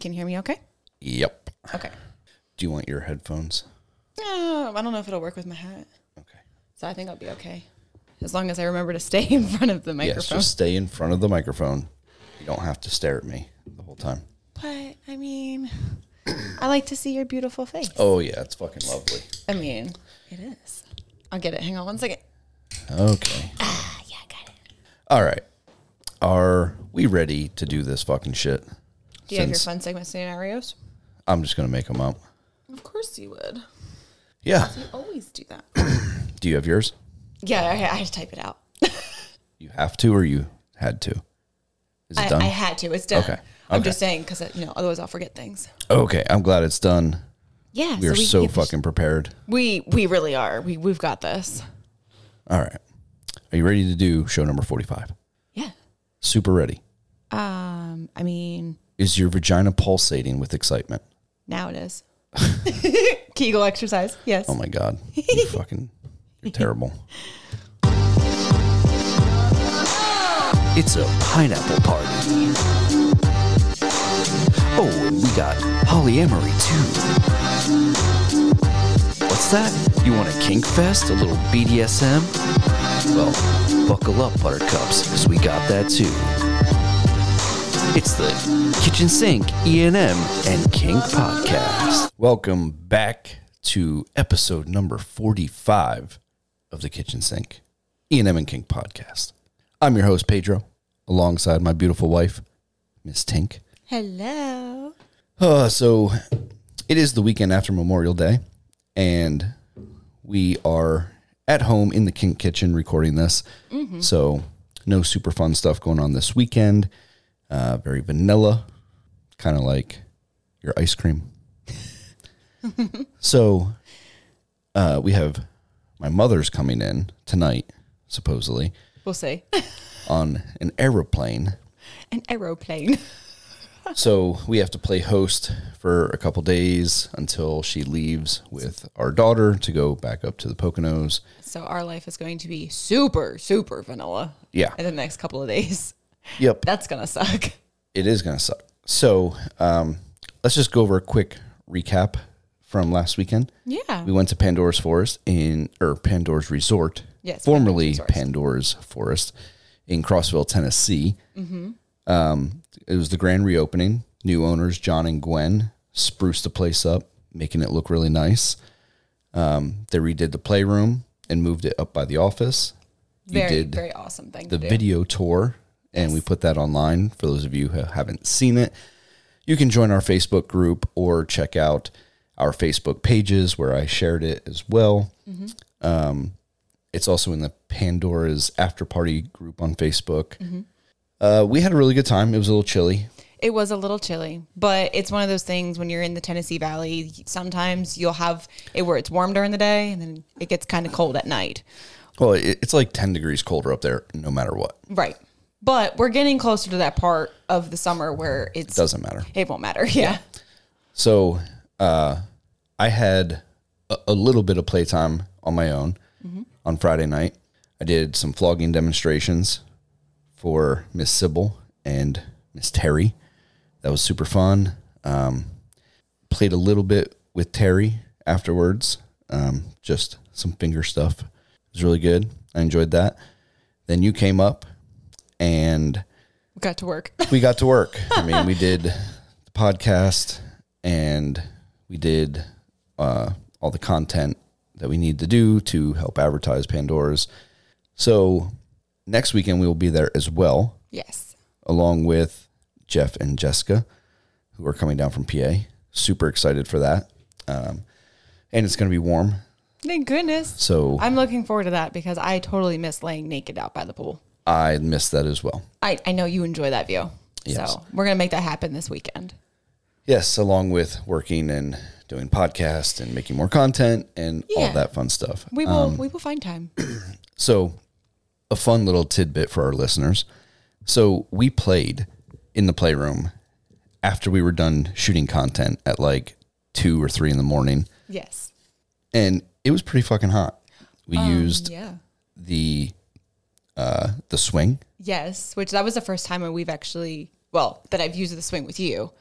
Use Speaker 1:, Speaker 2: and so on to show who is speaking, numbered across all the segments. Speaker 1: can you hear me okay?
Speaker 2: Yep.
Speaker 1: Okay.
Speaker 2: Do you want your headphones?
Speaker 1: Uh, I don't know if it'll work with my hat.
Speaker 2: Okay.
Speaker 1: So I think I'll be okay. As long as I remember to stay in front of the
Speaker 2: Yes,
Speaker 1: microphone.
Speaker 2: just stay in front of the microphone. You don't have to stare at me the whole time.
Speaker 1: but I mean, I like to see your beautiful face.
Speaker 2: Oh yeah, it's fucking lovely.
Speaker 1: I mean, it is. I'll get it. Hang on one second.
Speaker 2: Okay.
Speaker 1: Ah, yeah, I got it.
Speaker 2: All right. Are we ready to do this fucking shit?
Speaker 1: Do you have your
Speaker 2: Since-
Speaker 1: fun segment scenarios?
Speaker 2: I'm just gonna make them up.
Speaker 1: Of course you would.
Speaker 2: Yeah.
Speaker 1: You always do that.
Speaker 2: Do you have yours?
Speaker 1: yeah, okay, I had to type it out.
Speaker 2: You have to, or you had to? Is it
Speaker 1: I,
Speaker 2: done?
Speaker 1: I had to. It's done.
Speaker 2: Okay,
Speaker 1: I'm
Speaker 2: okay.
Speaker 1: just saying because you know otherwise I'll forget things.
Speaker 2: okay. I'm glad it's done.
Speaker 1: Yeah,
Speaker 2: We are
Speaker 1: can
Speaker 2: so
Speaker 1: get this-
Speaker 2: fucking prepared.
Speaker 1: We we really are. We we've got this.
Speaker 2: All right. Are you ready to do show number 45?
Speaker 1: Yeah.
Speaker 2: Super ready.
Speaker 1: Um. I mean,
Speaker 2: Is your vagina pulsating with excitement?
Speaker 1: now it is. Kegel exercise. Yes.
Speaker 2: Oh my god. You fucking you're terrible. It's a pineapple party. Oh, and we got polyamory too. What's that? You want a kink fest? A little BDSM? Well, buckle up, buttercups, because we got that too. It's the Kitchen Sink, E&M, and Kink Podcast. Welcome back to episode number 45 of the Kitchen Sink, E&M and Kink Podcast. I'm your host, Pedro, alongside my beautiful wife, Miss Tink.
Speaker 1: Hello.
Speaker 2: Uh, so it is the weekend after Memorial Day, and we are at home in the kink kitchen recording this. So no super fun stuff going on this weekend. Uh, very vanilla, kind of like your ice cream. so uh, we have my mother's coming in tonight, supposedly,
Speaker 1: We'll see.
Speaker 2: on an aeroplane.
Speaker 1: An aeroplane.
Speaker 2: So we have to play host for a couple days until she leaves with our daughter to go back up to the Poconos.
Speaker 1: So our life is going to be super super vanilla.
Speaker 2: Yeah.
Speaker 1: In the next couple of days.
Speaker 2: Yep.
Speaker 1: That's gonna suck.
Speaker 2: It is going to suck. So um, let's just go over a quick recap from last weekend.
Speaker 1: Yeah.
Speaker 2: We went to Pandora's Forest in, or Pandora's Resort,
Speaker 1: Yes,
Speaker 2: formerly Pandora's Forest in Crossville, Tennessee.
Speaker 1: Mm-hmm.
Speaker 2: Um, it was the grand reopening. New owners, John and Gwen, spruced the place up, making it look really nice. Um, they redid the playroom and moved it up by the office. You
Speaker 1: very
Speaker 2: did
Speaker 1: very awesome thing.
Speaker 2: the
Speaker 1: to do.
Speaker 2: video tour, and we put that online for those of you who haven't seen it. You can join our Facebook group or check out our Facebook pages where I shared it as well. Um, it's also in the Pandora's after party group on Facebook. Uh, we had a really good time. It was a little chilly.
Speaker 1: It was a little chilly, but it's one of those things when you're in the Tennessee Valley, sometimes you'll have it where it's warm during the day and then it gets kind of cold at night.
Speaker 2: Well, it, it's like 10 degrees colder up there, no matter what.
Speaker 1: Right. But we're getting closer to that part of the summer where it's
Speaker 2: Doesn't matter.
Speaker 1: it won't matter. Yeah.
Speaker 2: So uh, I had a, a little bit of playtime on my own on Friday night. I did some flogging demonstrations for Miss Sybil and Miss Terry. That was super fun. Um, played a little bit with Terry afterwards, um, just some finger stuff. It was really good. I enjoyed that. Then you came up and
Speaker 1: We Got to work.
Speaker 2: we got to work. I mean, we did the podcast and we did uh, all the content that we need to do to help advertise Pandora's. So next weekend we will be there as well,
Speaker 1: yes.
Speaker 2: along with Jeff and Jessica, who are coming down from PA. Super excited for that. Um, and it's going to be warm.
Speaker 1: Thank goodness.
Speaker 2: So
Speaker 1: I'm looking forward to that because I totally miss laying naked out by the pool.
Speaker 2: I missed that as well.
Speaker 1: I, I know you enjoy that view.
Speaker 2: Yes.
Speaker 1: So we're gonna make that happen this weekend.
Speaker 2: Yes, along with working and doing podcasts and making more content and all
Speaker 1: Yeah.
Speaker 2: that fun stuff.
Speaker 1: We will we will find time.
Speaker 2: So, a fun little tidbit for our listeners. So, we played in the playroom after we were done shooting content at like two or three in the morning,
Speaker 1: yes.
Speaker 2: and it was pretty fucking hot. We used
Speaker 1: Yeah.
Speaker 2: the uh, the swing. Mm-hmm.
Speaker 1: Yes, which that was the first time we've actually well that I've used the swing with you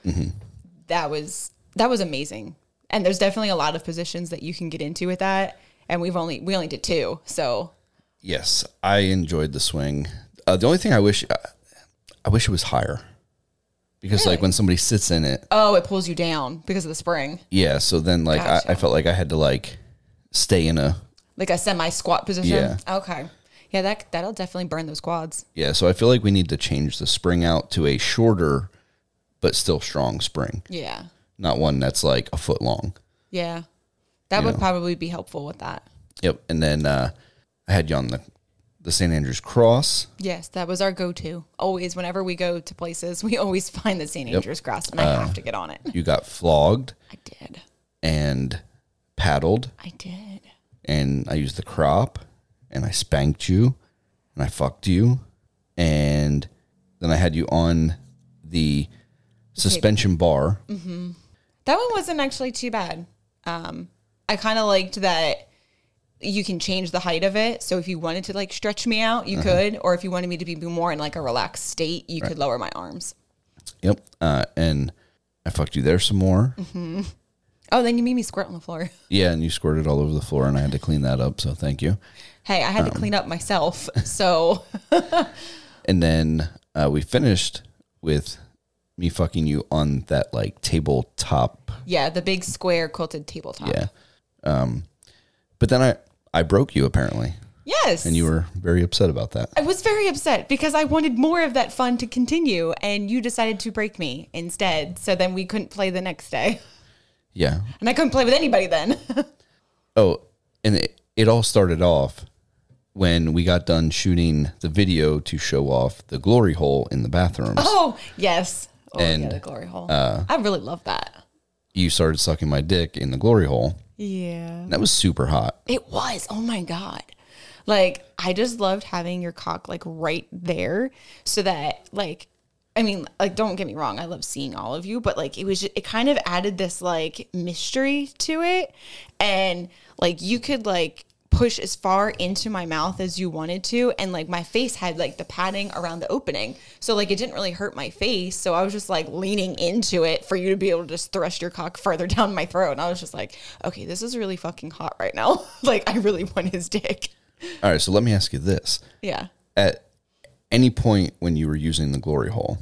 Speaker 1: that was that was amazing. And there's definitely a lot of positions that you can get into with that. And we've only we only did two, so
Speaker 2: Yes, I enjoyed the swing. Uh, the only thing I wish, I, I wish it was higher, because like when somebody sits in it,
Speaker 1: oh, it pulls you down because of the spring,
Speaker 2: yeah. So then like I, I
Speaker 1: Gotcha.
Speaker 2: felt like I had to like stay in a
Speaker 1: like a semi squat position.
Speaker 2: Yeah.
Speaker 1: Okay. Yeah, that that'll definitely burn those quads.
Speaker 2: yeah. So I feel like we need to change the spring out to a shorter, but still strong spring,
Speaker 1: Yeah.
Speaker 2: not one that's like a foot long.
Speaker 1: Yeah. That
Speaker 2: You
Speaker 1: would
Speaker 2: know.
Speaker 1: probably be helpful with that.
Speaker 2: Yep. And then uh, I had you on the the St Andrew's Cross.
Speaker 1: Yes, that was our go to. Always, whenever we go to places, we always find the St. Andrew's grass and I have to get on it.
Speaker 2: You got flogged
Speaker 1: I did.
Speaker 2: and paddled,
Speaker 1: I did.
Speaker 2: and I used the crop, and I spanked you, and I fucked you, and then I had you on the suspension bar.
Speaker 1: That one wasn't actually too bad. Um, I kind of liked that you can change the height of it. So if you wanted to like stretch me out,
Speaker 2: Uh-huh.
Speaker 1: you could. Or if you wanted me to be more in like a relaxed state, you could lower my arms.
Speaker 2: Yep. Uh, and I fucked you there some more.
Speaker 1: Oh, then you made me squirt on the floor.
Speaker 2: Yeah, and you squirted all over the floor, and I had to clean that up. So thank you.
Speaker 1: Hey, I
Speaker 2: Um.
Speaker 1: had to clean up myself. So
Speaker 2: And then uh, we finished with me fucking you on that like tabletop
Speaker 1: yeah, the big square quilted tabletop.
Speaker 2: Yeah. Um, but then I, I broke you apparently,
Speaker 1: Yes.
Speaker 2: and you were very upset about that.
Speaker 1: I was very upset because I wanted more of that fun to continue, and you decided to break me instead. So then we couldn't play the next day,
Speaker 2: Yeah.
Speaker 1: and I couldn't play with anybody then.
Speaker 2: Oh, and it, it all started off when we got done shooting the video to show off the glory hole in the bathrooms.
Speaker 1: oh uh, yes, oh yeah,
Speaker 2: And,
Speaker 1: the glory hole. I really love that.
Speaker 2: You started sucking my dick in the glory hole.
Speaker 1: Yeah,
Speaker 2: And that was super hot.
Speaker 1: it was. Oh my god, like I just loved having your cock like right there, so that like. I mean, like, don't get me wrong. I love seeing all of you, but like, it was, just, it kind of added this like mystery to it. And like, you could like push as far into my mouth as you wanted to and like my face had like the padding around the opening so like it didn't really hurt my face so i was just like leaning into it for you to be able to just thrust your cock further down my throat and i was just like okay this is really fucking hot right now like i really want his dick
Speaker 2: All right. So let me ask you this
Speaker 1: yeah
Speaker 2: at any point when you were using the glory hole,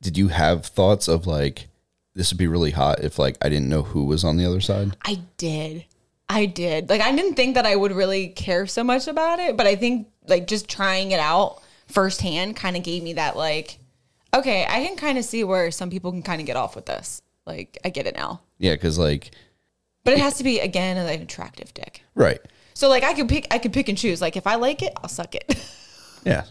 Speaker 2: did you have thoughts of like, this would be really hot if like I didn't know who was on the other side?
Speaker 1: I did. I did. Like I didn't think that I would really care so much about it, but I think like just trying it out firsthand kind of gave me that like okay, I can kind of see where some people can kind of get off with this. Like I get it now.
Speaker 2: Yeah, because like
Speaker 1: But it has to be again an attractive dick.
Speaker 2: right,
Speaker 1: So like I could pick I could pick and choose. Like if I like it, I'll suck it.
Speaker 2: yeah.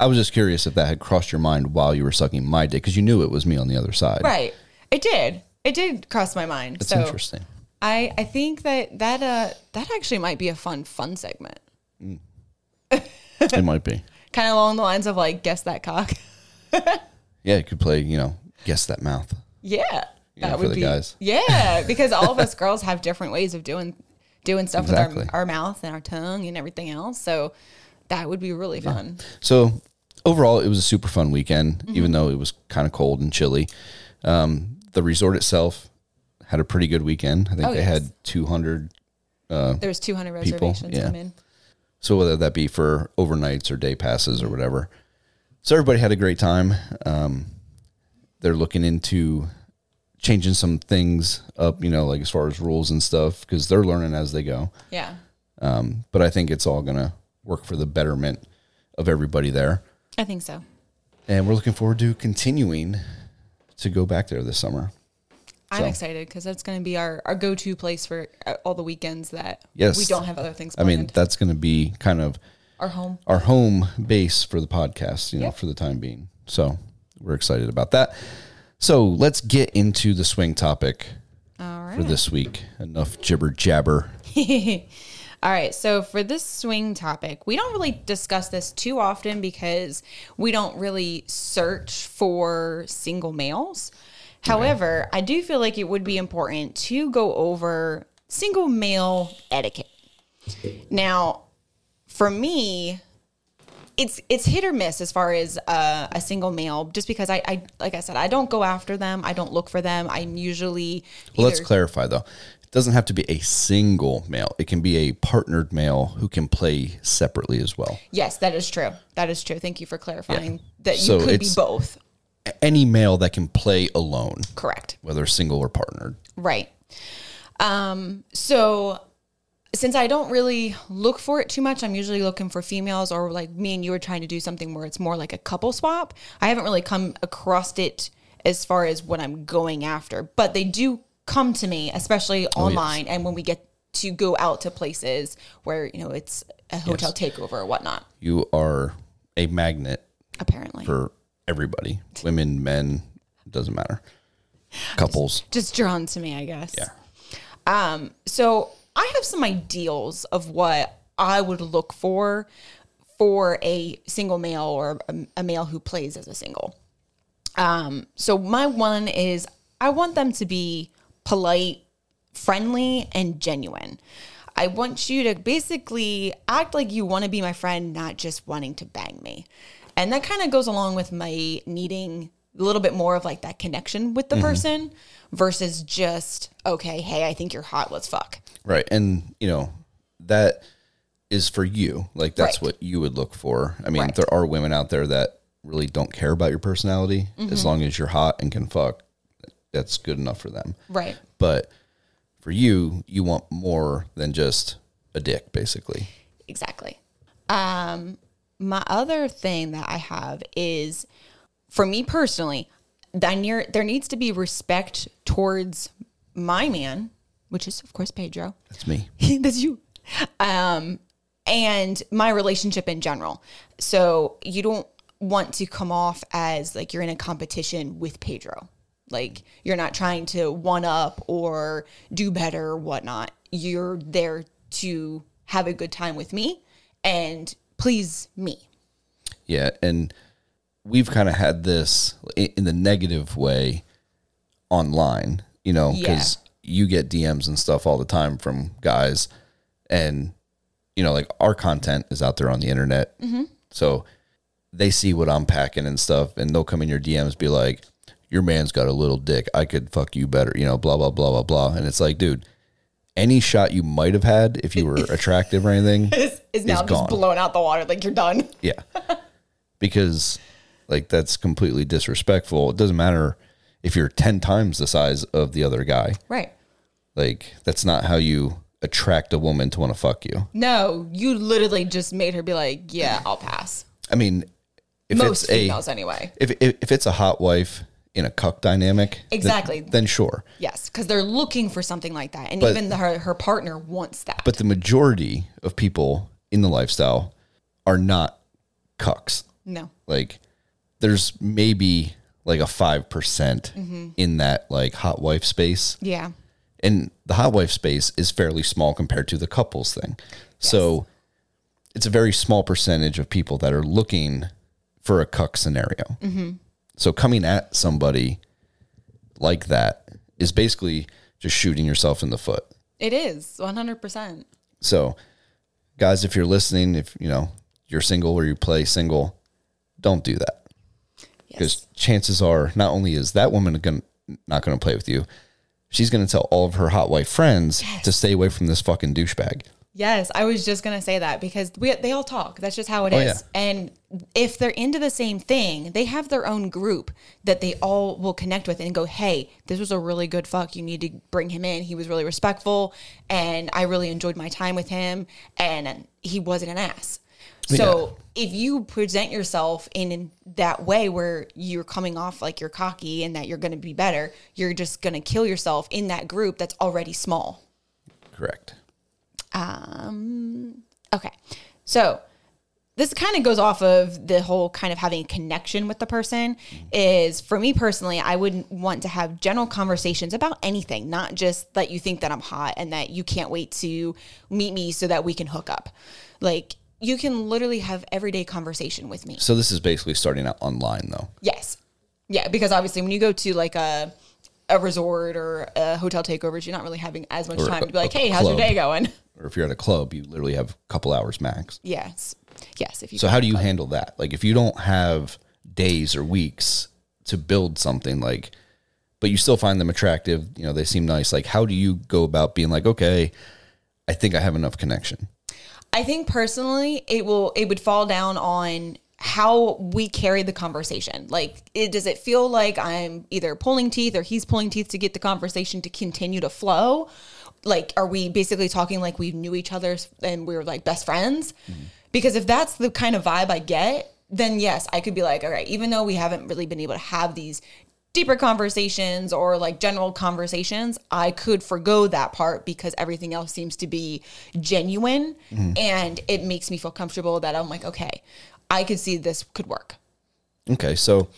Speaker 2: I was just curious if that had crossed your mind while you were sucking my dick because you knew it was me on the other side.
Speaker 1: right. It did. It did cross my mind.
Speaker 2: That's
Speaker 1: so
Speaker 2: interesting.
Speaker 1: I I think that that uh that actually might be a fun fun segment.
Speaker 2: it might be.
Speaker 1: Kind of along the lines of like guess that cock.
Speaker 2: Yeah, you could play. You know, guess that mouth.
Speaker 1: Yeah,
Speaker 2: know, for the guys.
Speaker 1: Yeah, because all of us girls have different ways of doing doing stuff
Speaker 2: Exactly.
Speaker 1: with our, our mouth and our tongue and everything else. So that would be really fun.
Speaker 2: So overall, it was a super fun weekend,
Speaker 1: Mm-hmm.
Speaker 2: even though it was kind of cold and chilly. Um, the resort itself had a pretty good weekend. I think
Speaker 1: Oh,
Speaker 2: they
Speaker 1: yes.
Speaker 2: had 200
Speaker 1: There was 200
Speaker 2: Oh. People,
Speaker 1: reservations
Speaker 2: yeah.
Speaker 1: come in.
Speaker 2: So whether that be for overnights or day passes or whatever. So everybody had a great time. Um, they're looking into changing some things up, you know, like as far as rules and stuff, because they're learning as they go.
Speaker 1: Yeah,
Speaker 2: Um, but I think it's all going to work for the betterment of everybody there.
Speaker 1: I think so.
Speaker 2: And we're looking forward to continuing to go back there this summer.
Speaker 1: I'm
Speaker 2: So.
Speaker 1: excited because that's going to be our, our go to place for uh, all the weekends that
Speaker 2: Yes.
Speaker 1: we don't have other things
Speaker 2: I
Speaker 1: planned.
Speaker 2: mean, that's going to be kind of
Speaker 1: our home.
Speaker 2: our home base for the podcast, you know, for the time being. So we're excited about that. So let's get into the swing topic
Speaker 1: All right.
Speaker 2: for this week. Enough jibber jabber.
Speaker 1: All right, so for this swing topic, we don't really discuss this too often because we don't really search for single males. However, I do feel like it would be important to go over single male etiquette. Now, for me, it's it's hit or miss as far as uh, a single male, just because I, I like I said I don't go after them, I don't look for them. I'm usually
Speaker 2: Well, let's
Speaker 1: either-
Speaker 2: clarify though. It doesn't have to be a single male. It can be a partnered male who can play separately as well.
Speaker 1: yes, that is true. That is true. Thank you for clarifying that you
Speaker 2: So
Speaker 1: could be
Speaker 2: it's-
Speaker 1: both.
Speaker 2: A- Any male that can play alone,
Speaker 1: Correct.
Speaker 2: whether single or partnered.
Speaker 1: Right. Um, so since I don't really look for it too much, I'm usually looking for females or like me and you are trying to do something where it's more like a couple swap. I haven't really come across it as far as what I'm going after, but they do come to me, especially
Speaker 2: Oh,
Speaker 1: online and when we get to go out to places where, you know, it's a hotel takeover or whatnot,
Speaker 2: You are a magnet
Speaker 1: apparently.
Speaker 2: for everybody women, men, doesn't matter. Couples.
Speaker 1: just drawn to me, I guess. Yeah. Um, so I have some ideals of what I would look for for a single male or a, a male who plays as a single. Um, so my one is I want them to be polite, friendly, and genuine. I want you to basically act like you want to be my friend, not just wanting to bang me. And that kind of goes along with my needing a little bit more of like that connection with the person versus just, okay, hey, I think you're hot, let's fuck.
Speaker 2: Right. And, you know, that is for you. Like, that's
Speaker 1: Right.
Speaker 2: what you would look for. I mean,
Speaker 1: Right.
Speaker 2: there are women out there that really don't care about your personality. As
Speaker 1: Mm-hmm.
Speaker 2: long as you're hot and can fuck, that's good enough for them.
Speaker 1: Right.
Speaker 2: But for you, you want more than just a dick, basically.
Speaker 1: Exactly. Um, my other thing that I have is for me personally, that near, there needs to be respect towards my man, which is, of course, Pedro.
Speaker 2: That's me.
Speaker 1: That's you. Um, and my relationship in general. So you don't want to come off as like you're in a competition with Pedro. Like you're not trying to one up or do better or whatnot. You're there to have a good time with me and please me.
Speaker 2: Yeah, and we've kind of had this i- in the negative way online, you know, because you get DMs and stuff all the time from guys, and you know, like our content is out there on the internet, so they see what I'm packing and stuff, and they'll come in your DMs be like, "Your man's got a little dick. I could fuck you better," you know, blah blah blah blah blah, and it's like, dude. Any shot you might have had if you were attractive or anything
Speaker 1: Is, is now
Speaker 2: gone.
Speaker 1: just blown out the water. Like you're done.
Speaker 2: Yeah. because like that's completely disrespectful. It doesn't matter if you're 10 times the size of the other guy.
Speaker 1: Right.
Speaker 2: Like that's not how you attract a woman to want to fuck you.
Speaker 1: No, you literally just made her be like, yeah, I'll pass.
Speaker 2: I mean, if
Speaker 1: Most
Speaker 2: it's a
Speaker 1: females anyway.
Speaker 2: if, if if it's a hot wife in a cuck dynamic, then-
Speaker 1: Exactly.
Speaker 2: Then, sure.
Speaker 1: Yes, because they're looking for something like that, and even the, her her partner wants that.
Speaker 2: But the majority of people in the lifestyle are not cucks.
Speaker 1: no,
Speaker 2: like there's maybe like a 5% percent
Speaker 1: Mm-hmm.
Speaker 2: in that like hot wife space
Speaker 1: yeah,
Speaker 2: and the hot wife space is fairly small compared to the couples thing so it's a very small percentage of people that are looking for a cuck scenario so coming at somebody like that is basically just shooting yourself in the foot
Speaker 1: it is one hundred percent.
Speaker 2: so, guys, if you're listening, if you know you're single or you play single, don't do that because
Speaker 1: Yes,
Speaker 2: chances are, not only is that woman gonna, not going to play with you, she's going to tell all of her hot wife friends to stay away from this fucking douchebag.
Speaker 1: yes. I was just gonna say that because we they all talk. That's just how it is. And if they're into the same thing, they have their own group that they all will connect with and go, "Hey, this was a really good fuck. You need to bring him in. He was really respectful, and I really enjoyed my time with him, and he wasn't an ass." So if you present yourself in that way where you're coming off like you're cocky and that you're going to be better, you're just going to kill yourself in that group that's already small.
Speaker 2: Correct.
Speaker 1: Okay. So this kind of goes off of the whole kind of having a connection with the person is for me personally i wouldn't want to have general conversations about anything not just that you think that i'm hot and that you can't wait to meet me so that we can hook up like you can literally have everyday conversation with me
Speaker 2: So this is basically starting out online though.
Speaker 1: Yes. Yeah, because obviously when you go to like a a resort or a hotel takeovers, you're not really having as much
Speaker 2: Or
Speaker 1: time
Speaker 2: a-
Speaker 1: to be like,
Speaker 2: a
Speaker 1: "Hey, how's your
Speaker 2: club.
Speaker 1: day going?"
Speaker 2: Or if you're at a club, you literally have a couple hours max.
Speaker 1: Yes. Yes, if you
Speaker 2: So how do you handle that? Like if you don't have days or weeks to build something like but you still find them attractive, you know, they seem nice. Like how do you go about being like, okay, I think I have enough connection.
Speaker 1: I think personally, it will it would fall down on how we carry the conversation. Like, it, does it feel like I'm either pulling teeth or he's pulling teeth to get the conversation to continue to flow? Like, are we basically talking like we knew each other and we were like best friends? Because if that's the kind of vibe I get, then yes, I could be like, all right, even though we haven't really been able to have these deeper conversations or like general conversations, I could forego that part because everything else seems to be genuine and it makes me feel comfortable that I'm like, okay, I could see this could work.
Speaker 2: Okay, so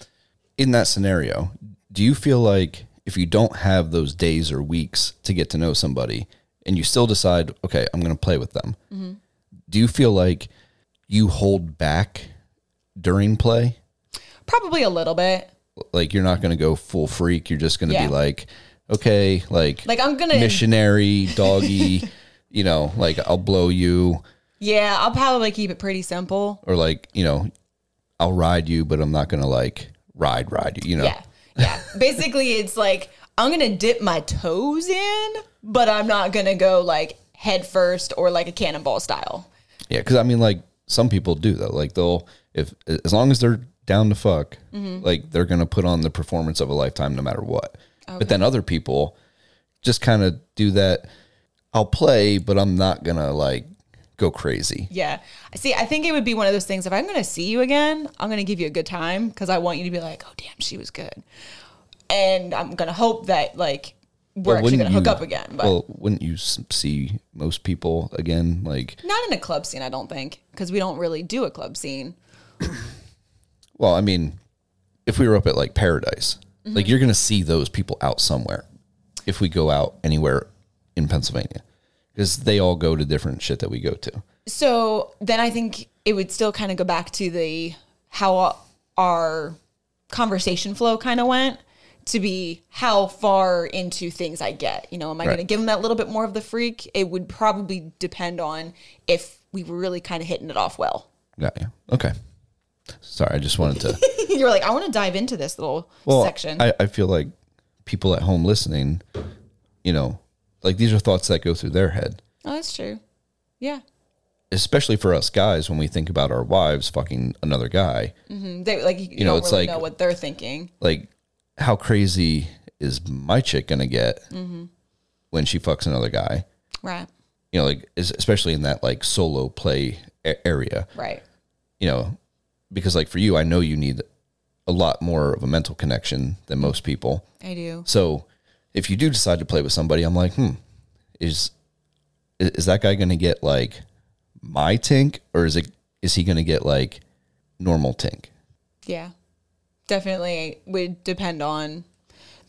Speaker 2: in that scenario, do you feel like if you don't have those days or weeks to get to know somebody and you still decide, okay, I'm going to play with them, do you feel like you hold back during play?
Speaker 1: Probably a little bit.
Speaker 2: Like you're not going to go full freak. You're just going to
Speaker 1: Yeah.
Speaker 2: be like, okay, like,
Speaker 1: Like I'm gonna
Speaker 2: missionary, doggy, you know, like I'll blow you
Speaker 1: Yeah, I'll probably keep it pretty simple.
Speaker 2: or like, you know, I'll ride you, but I'm not going to like ride, ride you, you know?
Speaker 1: Yeah. Yeah. Basically it's like I'm gonna dip my toes in, but I'm not gonna go like head first or like a cannonball style.
Speaker 2: Yeah, because I mean, like some people do though. Like they'll if as long as they're down to fuck,
Speaker 1: Mm-hmm.
Speaker 2: like they're gonna put on the performance of a lifetime no matter what.
Speaker 1: Oh,
Speaker 2: But then other people just kind of do that. I'll play, but I'm not gonna like go crazy.
Speaker 1: Yeah. See, I think it would be one of those things. If I'm going to see you again, I'm going to give you a good time because I want you to be like, oh, damn, she was good. And I'm going to hope that, like, we're actually
Speaker 2: wouldn't
Speaker 1: going to hook
Speaker 2: you-
Speaker 1: up again. But
Speaker 2: Well, wouldn't you s- see most people again? Like,
Speaker 1: not in a club scene, I don't think, because we don't really do a club scene.
Speaker 2: well, I mean, if we were up at like Paradise, like you're gonna see those people out somewhere. If we go out anywhere in Pennsylvania, because they all go to different shit that we go to.
Speaker 1: So then I think it would still kind of go back to the how our conversation flow kind of went to be how far into things I get. You know, am I
Speaker 2: Right.
Speaker 1: going to give them that little bit more of the freak? It would probably depend on if we were really kind of hitting it off well.
Speaker 2: Got you. Okay. Sorry, I just wanted to
Speaker 1: You're like, I want to dive into this little
Speaker 2: well,
Speaker 1: section.
Speaker 2: I, I feel like people at home listening, you know, like these are thoughts that go through their head.
Speaker 1: oh, that's true. Yeah.
Speaker 2: Especially for us guys when we think about our wives fucking another guy.
Speaker 1: Mm, They like you, you
Speaker 2: know,
Speaker 1: don't
Speaker 2: it's
Speaker 1: really
Speaker 2: like-
Speaker 1: know what they're thinking.
Speaker 2: Like how crazy is my chick gonna get
Speaker 1: Mm-hmm.
Speaker 2: when she fucks another guy?
Speaker 1: Right.
Speaker 2: You know, like es- especially in that like solo play a- area.
Speaker 1: Right.
Speaker 2: you know, because like for you, I know you need a lot more of a mental connection than
Speaker 1: Mm-hmm.
Speaker 2: most people.
Speaker 1: I do.
Speaker 2: So if you do decide to play with somebody, I'm like, hmm, is is is that guy going to get like my tink, or is it is he going to get like normal tink?
Speaker 1: Yeah. Definitely would depend on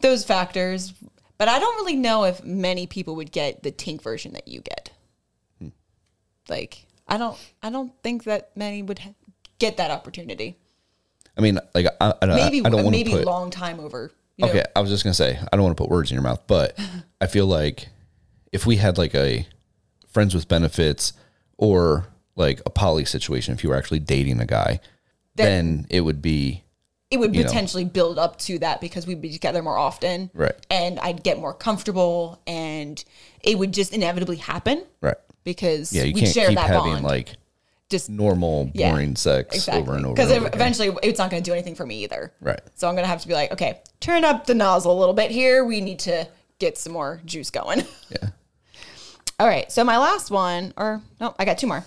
Speaker 1: those factors. But I don't really know if many people would get the tink version that you get.
Speaker 2: Hmm.
Speaker 1: Like, I don't I don't think that many would ha- get that opportunity.
Speaker 2: I mean, like I, I, don't-
Speaker 1: Maybe
Speaker 2: Uh, I don't want to
Speaker 1: maybe
Speaker 2: put
Speaker 1: long time over. You know,
Speaker 2: okay. I was just going to say I don't want to put words in your mouth, but I feel like if we had like a friends with benefits or like a poly situation, if you were actually dating a guy, then it would be
Speaker 1: it would
Speaker 2: know.
Speaker 1: potentially build up to that because we'd be together more often.
Speaker 2: Right.
Speaker 1: And I'd get more comfortable and it would just inevitably happen
Speaker 2: right.
Speaker 1: because
Speaker 2: Yeah, you
Speaker 1: we
Speaker 2: can't
Speaker 1: share
Speaker 2: keep
Speaker 1: that
Speaker 2: having
Speaker 1: bond.
Speaker 2: like
Speaker 1: just
Speaker 2: normal,
Speaker 1: Yeah,
Speaker 2: boring sex over and over.
Speaker 1: Because
Speaker 2: and over again.
Speaker 1: eventually it's not going to do anything for me either.
Speaker 2: Right.
Speaker 1: So I'm going to have to be like, okay, turn up the nozzle a little bit here. We need to get some more juice going.
Speaker 2: Yeah.
Speaker 1: All right. So my last one, or no, I got two more.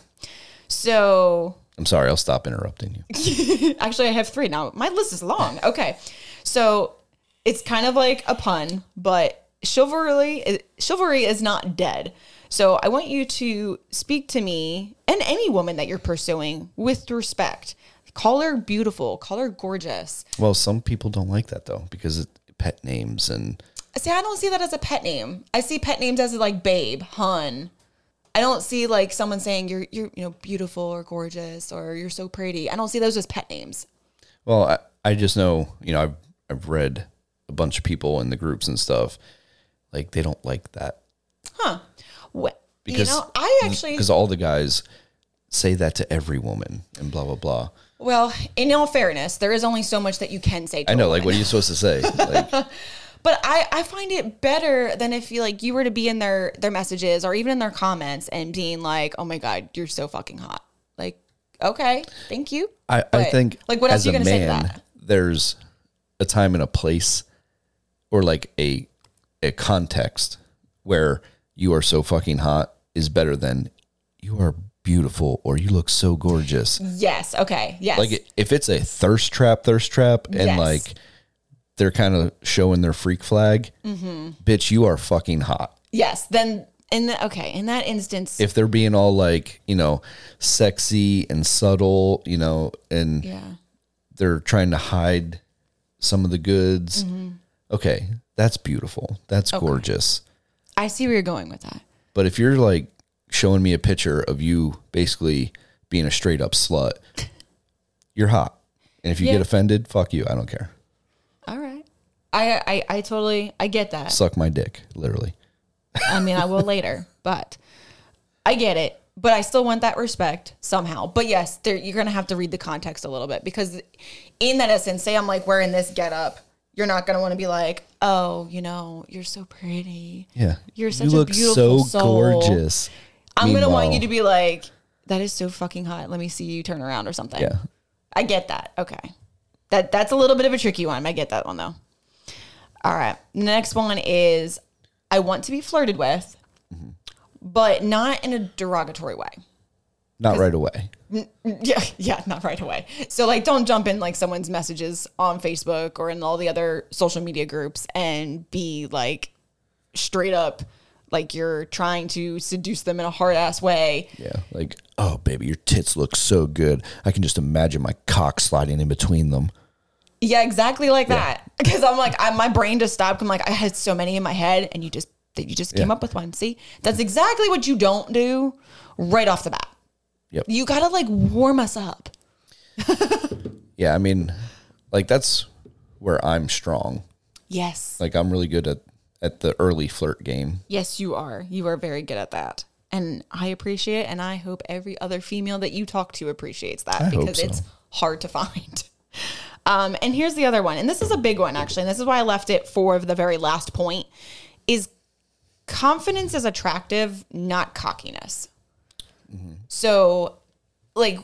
Speaker 1: So
Speaker 2: I'm sorry, I'll stop interrupting you.
Speaker 1: actually, I have three now. My list is long. Okay. So it's kind of like a pun, but chivalry is, chivalry is not dead. So I want you to speak to me and any woman that you're pursuing with respect. Call her beautiful, call her gorgeous.
Speaker 2: Well, some people don't like that though, because it, pet names and
Speaker 1: See, I don't see that as a pet name. I see pet names as like babe, hun. I don't see like someone saying you're you're you know beautiful or gorgeous or you're so pretty. I don't see those as pet names.
Speaker 2: well, I, I just know, you know, I've I've read a bunch of people in the groups and stuff, like they don't like that
Speaker 1: Huh. Wh-
Speaker 2: because
Speaker 1: you know, I actually
Speaker 2: because all the guys say that to every woman and blah blah blah.
Speaker 1: Well, in all fairness, there is only so much that you can say. To
Speaker 2: I
Speaker 1: a
Speaker 2: know, like,
Speaker 1: woman.
Speaker 2: what are you supposed to say? Like,
Speaker 1: but I, I find it better than if you like you were to be in their their messages or even in their comments and being like, oh my god, you're so fucking hot. Like, okay, thank you.
Speaker 2: I, I
Speaker 1: But,
Speaker 2: think
Speaker 1: like, what else
Speaker 2: as
Speaker 1: are you
Speaker 2: a
Speaker 1: gonna say to
Speaker 2: man,
Speaker 1: that?
Speaker 2: There's a time and a place, or like a a context where you are so fucking hot is better than you are beautiful or you look so gorgeous.
Speaker 1: Yes. Okay. Yes.
Speaker 2: Like if it's a thirst trap, thirst trap, and
Speaker 1: Yes.
Speaker 2: like they're kind of showing their freak flag,
Speaker 1: Mm-hmm.
Speaker 2: bitch, you are fucking hot.
Speaker 1: yes. Then in the okay in that instance,
Speaker 2: If they're being all like you know sexy and subtle, you know, and
Speaker 1: yeah.
Speaker 2: they're trying to hide some of the goods.
Speaker 1: Mm-hmm.
Speaker 2: Okay, that's beautiful. That's gorgeous.
Speaker 1: I see where you're going with that.
Speaker 2: But if you're like showing me a picture of you basically being a straight up slut, you're hot. And if you
Speaker 1: Yeah.
Speaker 2: get offended, fuck you. I don't care.
Speaker 1: All right. I, I I totally I get that.
Speaker 2: Suck my dick, literally.
Speaker 1: I mean, I will later, but I get it. But I still want that respect somehow. But yes, there, you're gonna have to read the context a little bit because, in that essence, say I'm like wearing this get up, you're not gonna want to be like, oh, you know, you're so pretty.
Speaker 2: Yeah.
Speaker 1: You're such a beautiful soul.
Speaker 2: gorgeous.
Speaker 1: I'm gonna want you
Speaker 2: Meanwhile-
Speaker 1: to be like, that is so fucking hot. Let me see you turn around or something.
Speaker 2: Yeah.
Speaker 1: I get that. Okay. That that's a little bit of a tricky one. I get that one though. All right. Next one is I want to be flirted with, but not in a derogatory way.
Speaker 2: Not right away.
Speaker 1: Yeah, yeah, not right away. So like don't jump in like someone's messages on Facebook or in all the other social media groups and be like straight up like you're trying to seduce them in a hard ass way.
Speaker 2: Yeah. Like, oh, baby, your tits look so good. I can just imagine my cock sliding in between them.
Speaker 1: Yeah, exactly like that. Because I'm like, I, my brain just stopped. I'm like, I had so many in my head, and you just that you just came up with one. See, that's exactly what you don't do right off the bat.
Speaker 2: Yep.
Speaker 1: You gotta like warm us up.
Speaker 2: yeah i mean like that's where i'm strong
Speaker 1: Yes,
Speaker 2: like i'm really good at at the early flirt game
Speaker 1: yes, you are. You are very good at that, and I appreciate it. And I hope every other female that you talk to appreciates that
Speaker 2: hope
Speaker 1: because
Speaker 2: so.
Speaker 1: it's hard to find. Um, and here's the other one, and this is a big one actually, and this is why I left it for the very last point. Is confidence is attractive, not cockiness.
Speaker 2: Mm-hmm.
Speaker 1: So, like,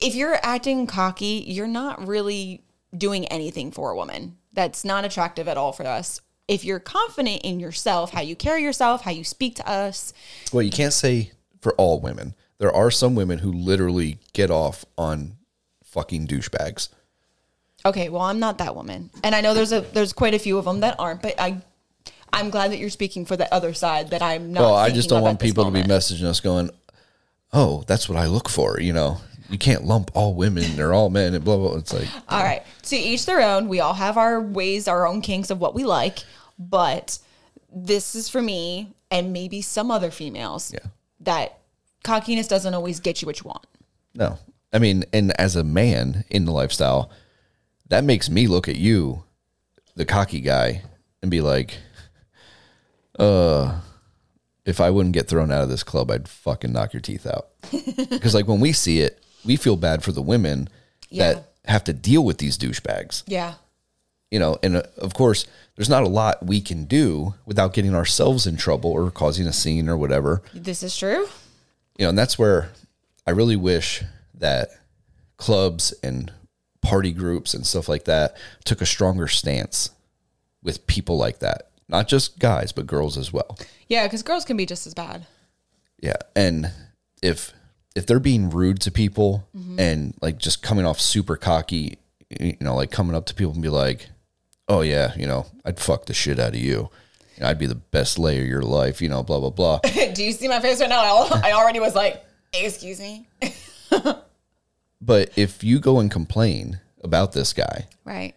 Speaker 1: if you're acting cocky, you're not really doing anything for a woman. That's not attractive at all for us. If you're confident in yourself, how you carry yourself, how you speak to us,
Speaker 2: well you can't say for all women there are some women who literally get off on fucking douchebags
Speaker 1: okay well i'm not that woman and i know there's a there's quite a few of them that aren't but i i'm glad that you're speaking for the other side that i'm not
Speaker 2: well i
Speaker 1: thinking
Speaker 2: just don't
Speaker 1: of at
Speaker 2: want
Speaker 1: this
Speaker 2: people to be
Speaker 1: moment.
Speaker 2: messaging us going oh that's what i look for you know you can't lump all women or all men and blah blah it's like
Speaker 1: all right to each their own we all have our ways our own kinks of what we like but this is for me and maybe some other females
Speaker 2: Yeah.
Speaker 1: that cockiness doesn't always get you what you want
Speaker 2: No. I mean, and as a man in the lifestyle, that makes me look at you, the cocky guy, and be like, uh, if I wouldn't get thrown out of this club, I'd fucking knock your teeth out. Because, like, when we see it, we feel bad for the women
Speaker 1: Yeah.
Speaker 2: that have to deal with these douchebags,
Speaker 1: yeah
Speaker 2: you know. And uh, of course, there's not a lot we can do without getting ourselves in trouble or causing a scene or whatever
Speaker 1: this is true
Speaker 2: you know, and that's where I really wish that clubs and party groups and stuff like that took a stronger stance with people like that. Not just guys, but girls as well.
Speaker 1: yeah because girls can be just as bad
Speaker 2: Yeah. And if if they're being rude to people and like just coming off super cocky, you know, like coming up to people and be like, "Oh yeah, you know, I'd fuck the shit out of you. You know, I'd be the best lay of your life, you know, blah blah blah."
Speaker 1: do you see my face right now i, al- I already was like excuse me
Speaker 2: but if you go and complain about this guy,
Speaker 1: right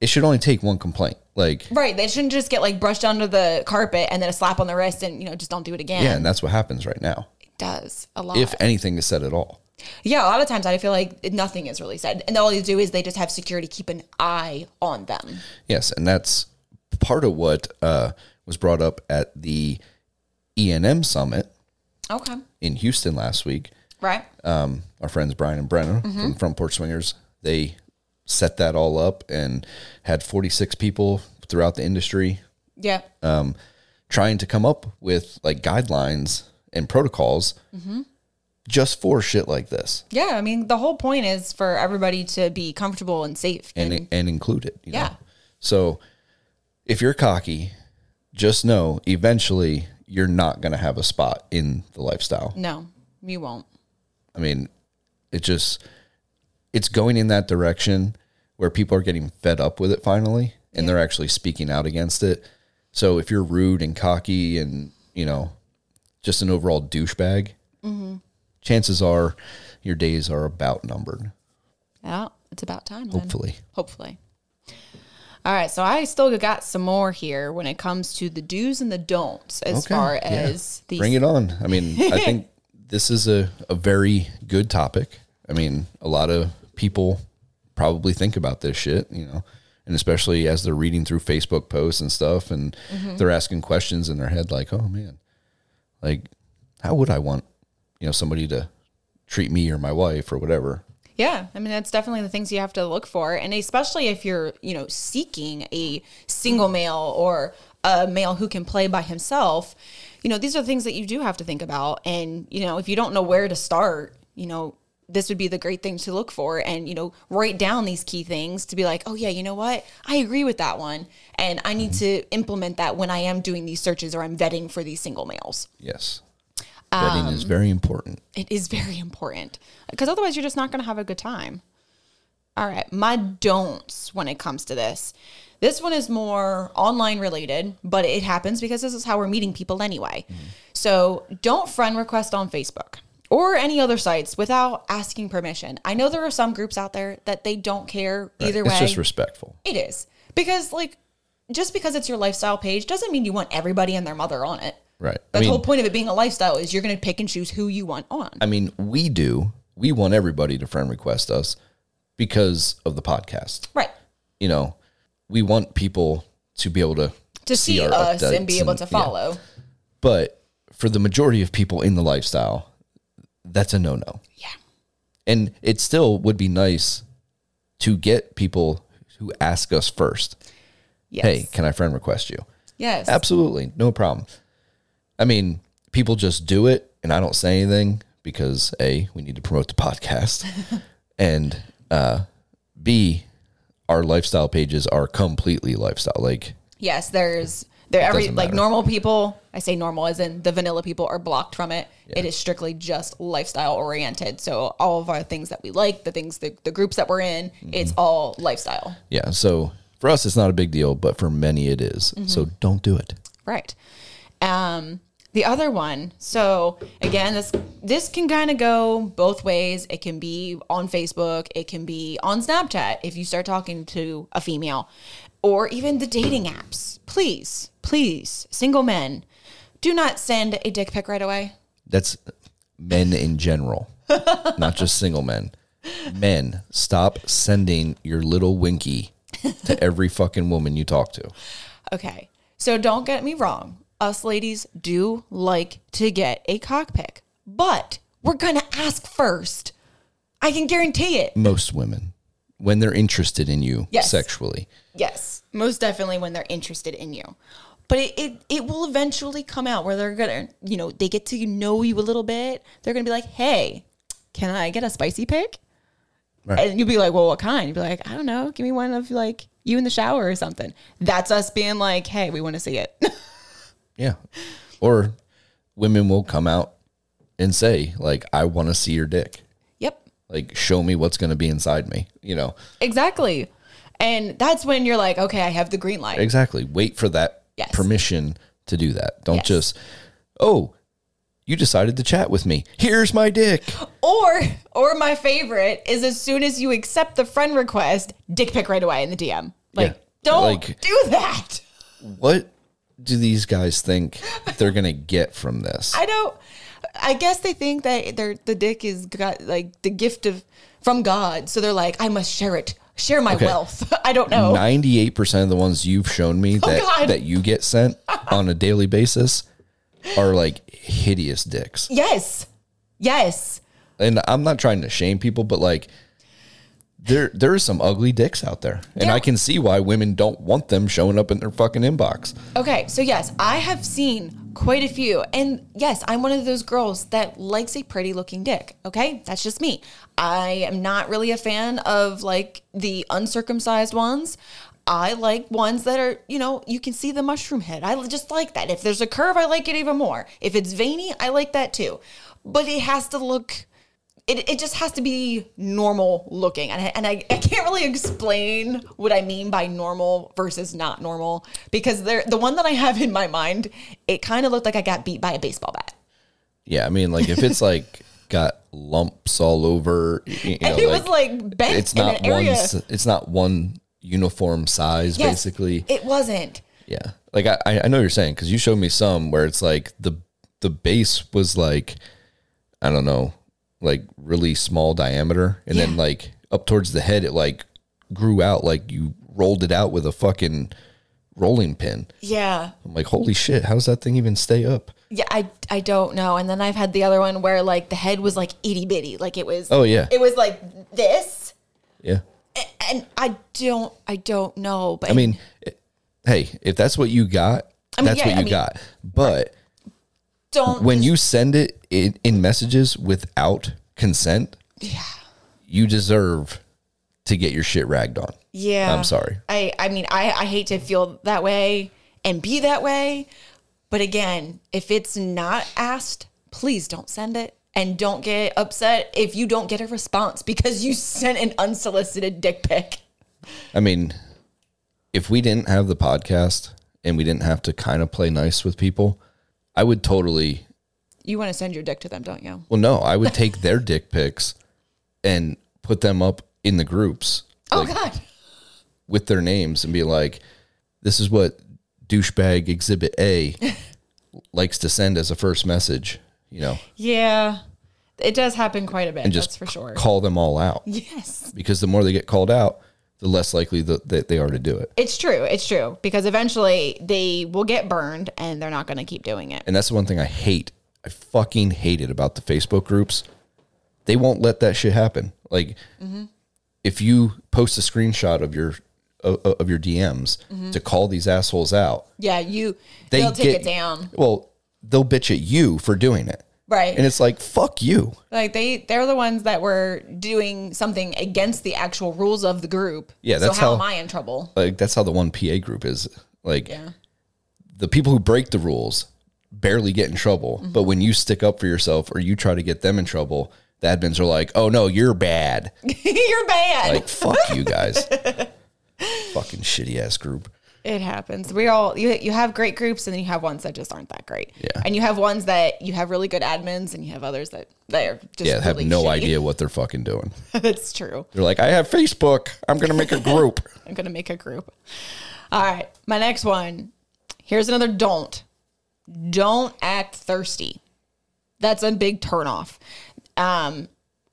Speaker 2: it should only take one complaint. Like,
Speaker 1: Right. They shouldn't just get like brushed under the carpet and then a slap on the wrist and, you know, just don't do it again.
Speaker 2: yeah, and that's what happens right now.
Speaker 1: It does a lot.
Speaker 2: If anything is said at all.
Speaker 1: yeah. A lot of times I feel like nothing is really said. And all they do is they just have security keep an eye on them.
Speaker 2: Yes, and that's part of what uh, was brought up at the E&M E summit
Speaker 1: Okay.
Speaker 2: in Houston last week
Speaker 1: Right.
Speaker 2: um, our friends Brian and Brenna from Front Porch Swingers. They set that all up and had 46 people throughout the industry
Speaker 1: Yeah.
Speaker 2: trying to come up with like guidelines and protocols just for shit like this
Speaker 1: yeah. I mean, the whole point is for everybody to be comfortable and safe.
Speaker 2: and and include it. you know?
Speaker 1: Yeah.
Speaker 2: So if you're cocky, just know eventually you're not going to have a spot in the lifestyle.
Speaker 1: no, you won't.
Speaker 2: I mean, it just it's going in that direction where people are getting fed up with it finally and they're actually speaking out against it. So if you're rude and cocky and, you know, just an overall douchebag, chances are your days are about numbered,
Speaker 1: Yeah. It's about time. Then.
Speaker 2: hopefully.
Speaker 1: Hopefully. All right, so I still got some more here when it comes to the do's and the don'ts as
Speaker 2: Okay,
Speaker 1: far
Speaker 2: yeah.
Speaker 1: as the
Speaker 2: Bring it on. I mean, I think this is a, a very good topic. I mean, a lot of people probably think about this shit, you know, and especially as they're reading through Facebook posts and stuff and
Speaker 1: Mm-hmm.
Speaker 2: they're asking questions in their head like, oh man, like, how would I want, you know, somebody to treat me or my wife or whatever?
Speaker 1: Yeah, I mean that's definitely the things you have to look for, and especially if you're you know seeking a single male or a male who can play by himself. You know these are things that you do have to think about, and you know if you don't know where to start, you know this would be the great thing to look for, and you know write down these key things to be like, oh yeah, you know what, I agree with that one, and I need to implement that when I am doing these searches or I'm vetting for these single males.
Speaker 2: Yes. Vetting
Speaker 1: Um,
Speaker 2: is very important.
Speaker 1: It is very important because otherwise you're just not going to have a good time. All right, my don'ts when it comes to this. This one is more online related, but it happens because this is how we're meeting people anyway.
Speaker 2: Mm-hmm.
Speaker 1: So don't friend request on Facebook or any other sites without asking permission. I know there are some groups out there that they don't care either
Speaker 2: It's
Speaker 1: way.
Speaker 2: just respectful.
Speaker 1: It is. Because like just because it's your lifestyle page doesn't mean you want everybody and their mother on it.
Speaker 2: Right.
Speaker 1: The
Speaker 2: I mean,
Speaker 1: whole point of it being a lifestyle is you're going to pick and choose who you want on.
Speaker 2: I mean, we do. We want everybody to friend request us because of the podcast.
Speaker 1: Right.
Speaker 2: You know, we want people to be able to
Speaker 1: To see, us and be
Speaker 2: updates
Speaker 1: able to
Speaker 2: yeah.
Speaker 1: follow.
Speaker 2: But for the majority of people in the lifestyle, that's a no no.
Speaker 1: Yeah.
Speaker 2: And it still would be nice to get people who ask us first.
Speaker 1: Yes.
Speaker 2: Hey, can I friend request you?
Speaker 1: Yes.
Speaker 2: Absolutely, no problem. I mean, people just do it, and I don't say anything because a we need to promote the podcast, and uh, b our lifestyle pages are completely lifestyle. Like,
Speaker 1: yes. There's there every
Speaker 2: doesn't
Speaker 1: like
Speaker 2: matter.
Speaker 1: normal people. I say normal as in the vanilla people are blocked from it. It is strictly just lifestyle oriented. So all of our things that we like, the things the, the groups that we're in,
Speaker 2: Mm-hmm.
Speaker 1: it's all lifestyle.
Speaker 2: yeah. So for us, it's not a big deal, but for many, it is. So don't do it.
Speaker 1: Right. Um, the other one. So again, this this can kind of go both ways. It can be on Facebook. It can be on Snapchat if you start talking to a female, or even the dating apps. Please, please, single men, do not send a dick pic right away.
Speaker 2: That's men in general, not just single men. Men, stop sending your little winky to every fucking woman you talk to.
Speaker 1: Okay. So don't get me wrong. Us ladies do like to get a cock pic, but we're gonna ask first. I can guarantee it.
Speaker 2: most women when they're interested in you
Speaker 1: Yes.
Speaker 2: sexually.
Speaker 1: Yes, most definitely when they're interested in you. But it, it, it will eventually come out where they're gonna, you know, they get to know you a little bit. They're gonna be like, hey, can I get a spicy pic?
Speaker 2: Right.
Speaker 1: And you'll be like, well, what kind? You'll be like, I don't know. Give me one of like you in the shower or something. That's us being like, hey, we wanna see it.
Speaker 2: Yeah. Or women will come out and say like I want to see your dick.
Speaker 1: yep,
Speaker 2: Like show me what's going to be inside me, you know.
Speaker 1: exactly. And that's when you're like, okay, I have the green light.
Speaker 2: Exactly. Wait for that
Speaker 1: Yes.
Speaker 2: permission to do that. Don't
Speaker 1: Yes.
Speaker 2: just oh, you decided to chat with me. Here's my dick.
Speaker 1: Or, or my favorite is as soon as you accept the friend request, dick pic right away in the DM. Like,
Speaker 2: Yeah.
Speaker 1: don't
Speaker 2: Like-
Speaker 1: do that.
Speaker 2: What do these guys think they're going to get from this?
Speaker 1: I don't. I guess they think that their the dick is got like the gift of from God, so they're like, I must share it, share my wealth. I don't know.
Speaker 2: 98% of the ones you've shown me that,
Speaker 1: Oh. God.
Speaker 2: that you get sent on a daily basis are like hideous dicks.
Speaker 1: yes, yes.
Speaker 2: and I'm not trying to shame people, but like there there is some ugly dicks out there. And
Speaker 1: Yeah.
Speaker 2: I can see why women don't want them showing up in their fucking inbox.
Speaker 1: Okay, so yes, I have seen quite a few. And yes, I'm one of those girls that likes a pretty looking dick. Okay, that's just me. I am not really a fan of like the uncircumcised ones. I like ones that are, you know, you can see the mushroom head. I just like that. If there's a curve, I like it even more. If it's veiny, I like that too. But it has to look it, it just has to be normal looking. And, I, and I, I can't really explain what I mean by normal versus not normal because there, the one that I have in my mind, it kind of looked like I got beat by a baseball bat.
Speaker 2: Yeah, I mean like if it's like got lumps all over, y- you know,
Speaker 1: it
Speaker 2: like,
Speaker 1: was like bent
Speaker 2: it's
Speaker 1: in
Speaker 2: not
Speaker 1: an
Speaker 2: one
Speaker 1: area.
Speaker 2: s- it's not one uniform size
Speaker 1: Yes,
Speaker 2: basically.
Speaker 1: It wasn't.
Speaker 2: Yeah, like I I I know what you're saying because you showed me some where it's like the the base was like I don't know like really small diameter, and then like up towards the head it like grew out like you rolled it out with a fucking rolling pin.
Speaker 1: Yeah.
Speaker 2: I'm like, holy shit, how does that thing even stay up?
Speaker 1: Yeah, I, I don't know. And then I've had the other one where like the head was like itty bitty. Like it was,
Speaker 2: Oh, yeah.
Speaker 1: it was like this.
Speaker 2: Yeah,
Speaker 1: A- And I don't, I don't know. But
Speaker 2: I mean, it, hey, if that's what you got,
Speaker 1: mean,
Speaker 2: that's
Speaker 1: yeah,
Speaker 2: what
Speaker 1: I
Speaker 2: you
Speaker 1: mean-
Speaker 2: got. But
Speaker 1: don't,
Speaker 2: when you send it in, in messages without consent,
Speaker 1: yeah.
Speaker 2: you deserve to get your shit ragged on.
Speaker 1: Yeah.
Speaker 2: I'm sorry.
Speaker 1: I I mean I I hate to feel that way and be that way, but again, if it's not asked, please don't send it and don't get upset if you don't get a response because you sent an unsolicited dick pic.
Speaker 2: I mean, if we didn't have the podcast and we didn't have to kind of play nice with people, I would totally.
Speaker 1: You want to send your dick to them, don't you?
Speaker 2: Well, no, I would take their dick pics and put them up in the groups
Speaker 1: Oh
Speaker 2: like,
Speaker 1: god.
Speaker 2: with their names and be like, "This is what douchebag Exhibit A likes to send as a first message," you know,
Speaker 1: Yeah. It does happen quite a bit,
Speaker 2: and just
Speaker 1: that's for sure.
Speaker 2: call them all out
Speaker 1: yes.
Speaker 2: because the more they get called out, the less likely that that they are to do it.
Speaker 1: It's true. It's true because eventually they will get burned and they're not going to keep doing it.
Speaker 2: and that's the one thing I hate. I fucking hate it about the Facebook groups. They won't let that shit happen. Like, if you post a screenshot of your of, of your DMs to call these assholes out,
Speaker 1: Yeah, you
Speaker 2: they
Speaker 1: they'll take
Speaker 2: get,
Speaker 1: it down.
Speaker 2: Well, they'll bitch at you for doing it,
Speaker 1: Right.
Speaker 2: and it's like fuck you.
Speaker 1: Like they they're the ones that were doing something against the actual rules of the group.
Speaker 2: Yeah, that's
Speaker 1: so how,
Speaker 2: how-
Speaker 1: am I in trouble?
Speaker 2: Like that's how the one PA group is. Like
Speaker 1: Yeah.
Speaker 2: the people who break the rules barely get in trouble,
Speaker 1: Mm-hmm.
Speaker 2: but when you stick up for yourself or you try to get them in trouble, the admins are like, "Oh no, you're bad."
Speaker 1: You're bad.
Speaker 2: Like, fuck you guys. Fucking shitty ass group.
Speaker 1: it happens. We all you you have great groups and then you have ones that just aren't that great.
Speaker 2: Yeah.
Speaker 1: And you have ones that you have really good admins and you have others that they are just
Speaker 2: Yeah, have
Speaker 1: really
Speaker 2: no
Speaker 1: shitty.
Speaker 2: idea what they're fucking doing.
Speaker 1: that's true.
Speaker 2: They're like, I have Facebook. I'm gonna make a group.
Speaker 1: I'm gonna make a group. All right. My next one. Here's another don't. Don't act thirsty. That's a big turnoff. Um,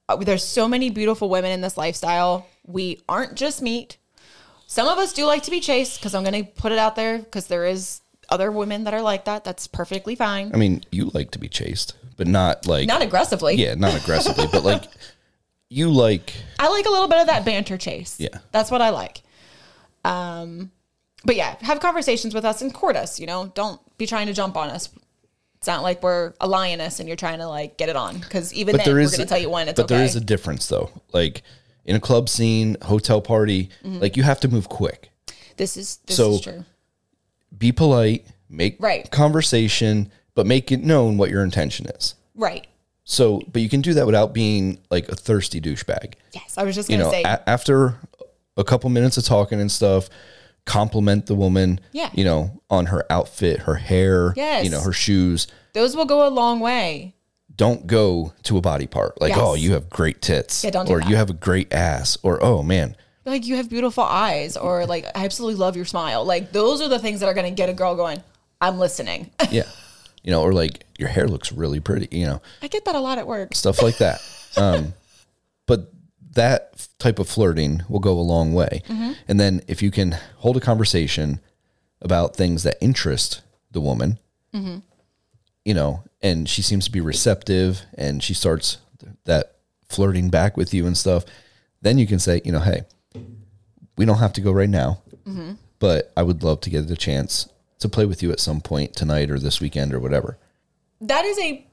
Speaker 1: uh, there's so many beautiful women in this lifestyle. We aren't just meat. Some of us do like to be chased because I'm gonna put it out there because there is other women that are like that. That's perfectly fine.
Speaker 2: I mean, you like to be chased, but not like
Speaker 1: Not aggressively.
Speaker 2: yeah, not aggressively, but like you like
Speaker 1: I like a little bit of that banter chase.
Speaker 2: Yeah.
Speaker 1: That's what I like. Um, but yeah, have conversations with us and court us, you know, don't be trying to jump on us. It's not like we're a lioness and you're trying to like get it on. Cause even
Speaker 2: but
Speaker 1: then
Speaker 2: there
Speaker 1: we're
Speaker 2: is
Speaker 1: going to tell you when it's
Speaker 2: but
Speaker 1: okay.
Speaker 2: there is a difference though. Like in a club scene, hotel party,
Speaker 1: Mm-hmm.
Speaker 2: like you have to move quick.
Speaker 1: this is, this
Speaker 2: So-
Speaker 1: is true.
Speaker 2: Be polite, make
Speaker 1: Right.
Speaker 2: conversation, but make it known what your intention is.
Speaker 1: Right.
Speaker 2: So, but you can do that without being like a thirsty douchebag.
Speaker 1: Yes. I was just
Speaker 2: You
Speaker 1: going to
Speaker 2: know,
Speaker 1: say,
Speaker 2: a- after a couple minutes of talking and stuff, compliment the woman.
Speaker 1: Yeah.
Speaker 2: You know, on her outfit, her hair.
Speaker 1: Yes.
Speaker 2: You know, her shoes.
Speaker 1: those will go a long way.
Speaker 2: Don't go to a body part like,
Speaker 1: Yes.
Speaker 2: oh, you have great tits,
Speaker 1: Yeah, don't do
Speaker 2: or
Speaker 1: that.
Speaker 2: you have a great ass, or oh man,
Speaker 1: Like you have beautiful eyes or like, I absolutely love your smile. Like those are the things that are going to get a girl going, I'm listening.
Speaker 2: yeah, you know, or like your hair looks really pretty. You know,
Speaker 1: I get that a lot at work.
Speaker 2: stuff like that. Um, but that f- type of flirting will go a long way. And then if you can hold a conversation about things that interest the woman, you know, and she seems to be receptive and she starts th- that flirting back with you and stuff, then you can say, you know, hey, we don't have to go right now, but I would love to get the chance to play with you at some point tonight or this weekend or whatever.
Speaker 1: that is a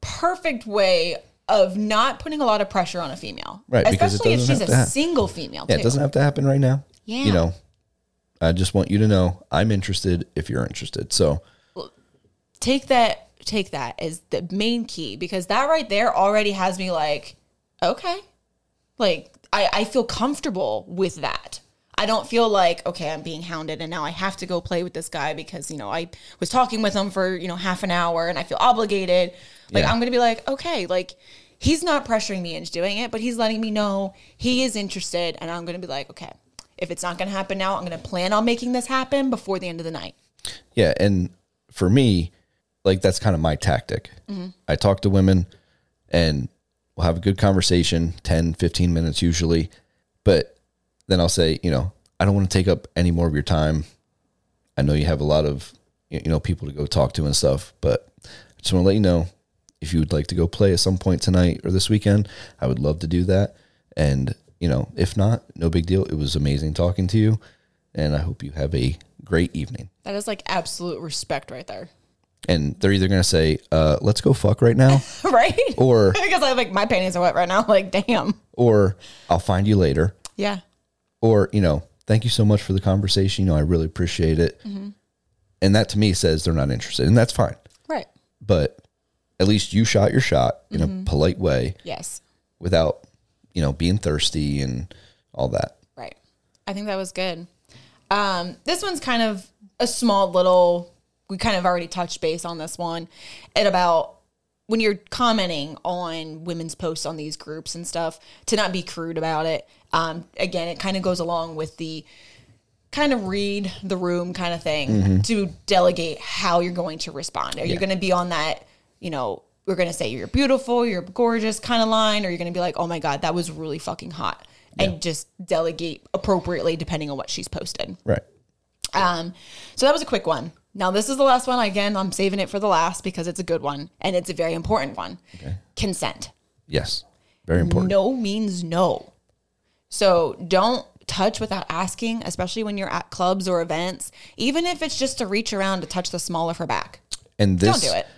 Speaker 1: perfect way of not putting a lot of pressure on a female,
Speaker 2: Right, because it
Speaker 1: Especially if
Speaker 2: doesn't
Speaker 1: she's
Speaker 2: have
Speaker 1: a
Speaker 2: to ha-
Speaker 1: single female.
Speaker 2: Yeah,
Speaker 1: too.
Speaker 2: it doesn't have to happen right now.
Speaker 1: Yeah.
Speaker 2: You know, I just want you to know I'm interested if you're interested. So,
Speaker 1: take that take that as the main key because that right there already has me like okay like I, I feel comfortable with that i don't feel like okay i'm being hounded and now i have to go play with this guy because you know i was talking with him for you know half an hour and i feel obligated like
Speaker 2: Yeah.
Speaker 1: i'm gonna be like okay like he's not pressuring me into doing it but he's letting me know he is interested and i'm gonna be like okay if it's not gonna happen now i'm gonna plan on making this happen before the end of the night
Speaker 2: yeah. And for me, like that's kind of my tactic. I talk to women and we'll have a good conversation, 10, 15 minutes usually. But then I'll say, you know, I don't want to take up any more of your time. I know you have a lot of, you know, people to go talk to and stuff, but I just want to let you know if you would like to go play at some point tonight or this weekend, I would love to do that. And, you know, if not, no big deal. It was amazing talking to you. And I hope you have a great evening.
Speaker 1: that is like absolute respect right there
Speaker 2: And they're either going to say, uh, let's go fuck right now,
Speaker 1: right?
Speaker 2: or,
Speaker 1: because I'm like my panties are wet right now. Like, damn.
Speaker 2: or I'll find you later.
Speaker 1: Yeah.
Speaker 2: or you know thank you so much for the conversation you know i really appreciate it
Speaker 1: Mm-hmm.
Speaker 2: and that to me says they're not interested and that's fine
Speaker 1: Right.
Speaker 2: but at least you shot your shot in
Speaker 1: Mm-hmm.
Speaker 2: a polite way
Speaker 1: Yes.
Speaker 2: without you know being thirsty and all that
Speaker 1: Right. I think that was good. Um, this one's kind of a small little. We kind of already touched base on this one. It about when you're commenting on women's posts on these groups and stuff to not be crude about it. Um, again, it kind of goes along with the kind of read the room kind of thing to delegate how you're going to respond. Are you going to be on that, you know, we're going to say you're beautiful, you're gorgeous kind of line, or you're going to be like, oh my God, that was really fucking hot. And just delegate appropriately depending on what she's posted.
Speaker 2: right
Speaker 1: Um, so that was a quick one. Now this is the last one. Again, I'm saving it for the last because it's a good one and it's a very important one. Consent.
Speaker 2: yes very important
Speaker 1: No means no. So don't touch without asking, especially when you're at clubs or events, even if it's just to reach around to touch the small of her back.
Speaker 2: and
Speaker 1: Don't
Speaker 2: this
Speaker 1: do it.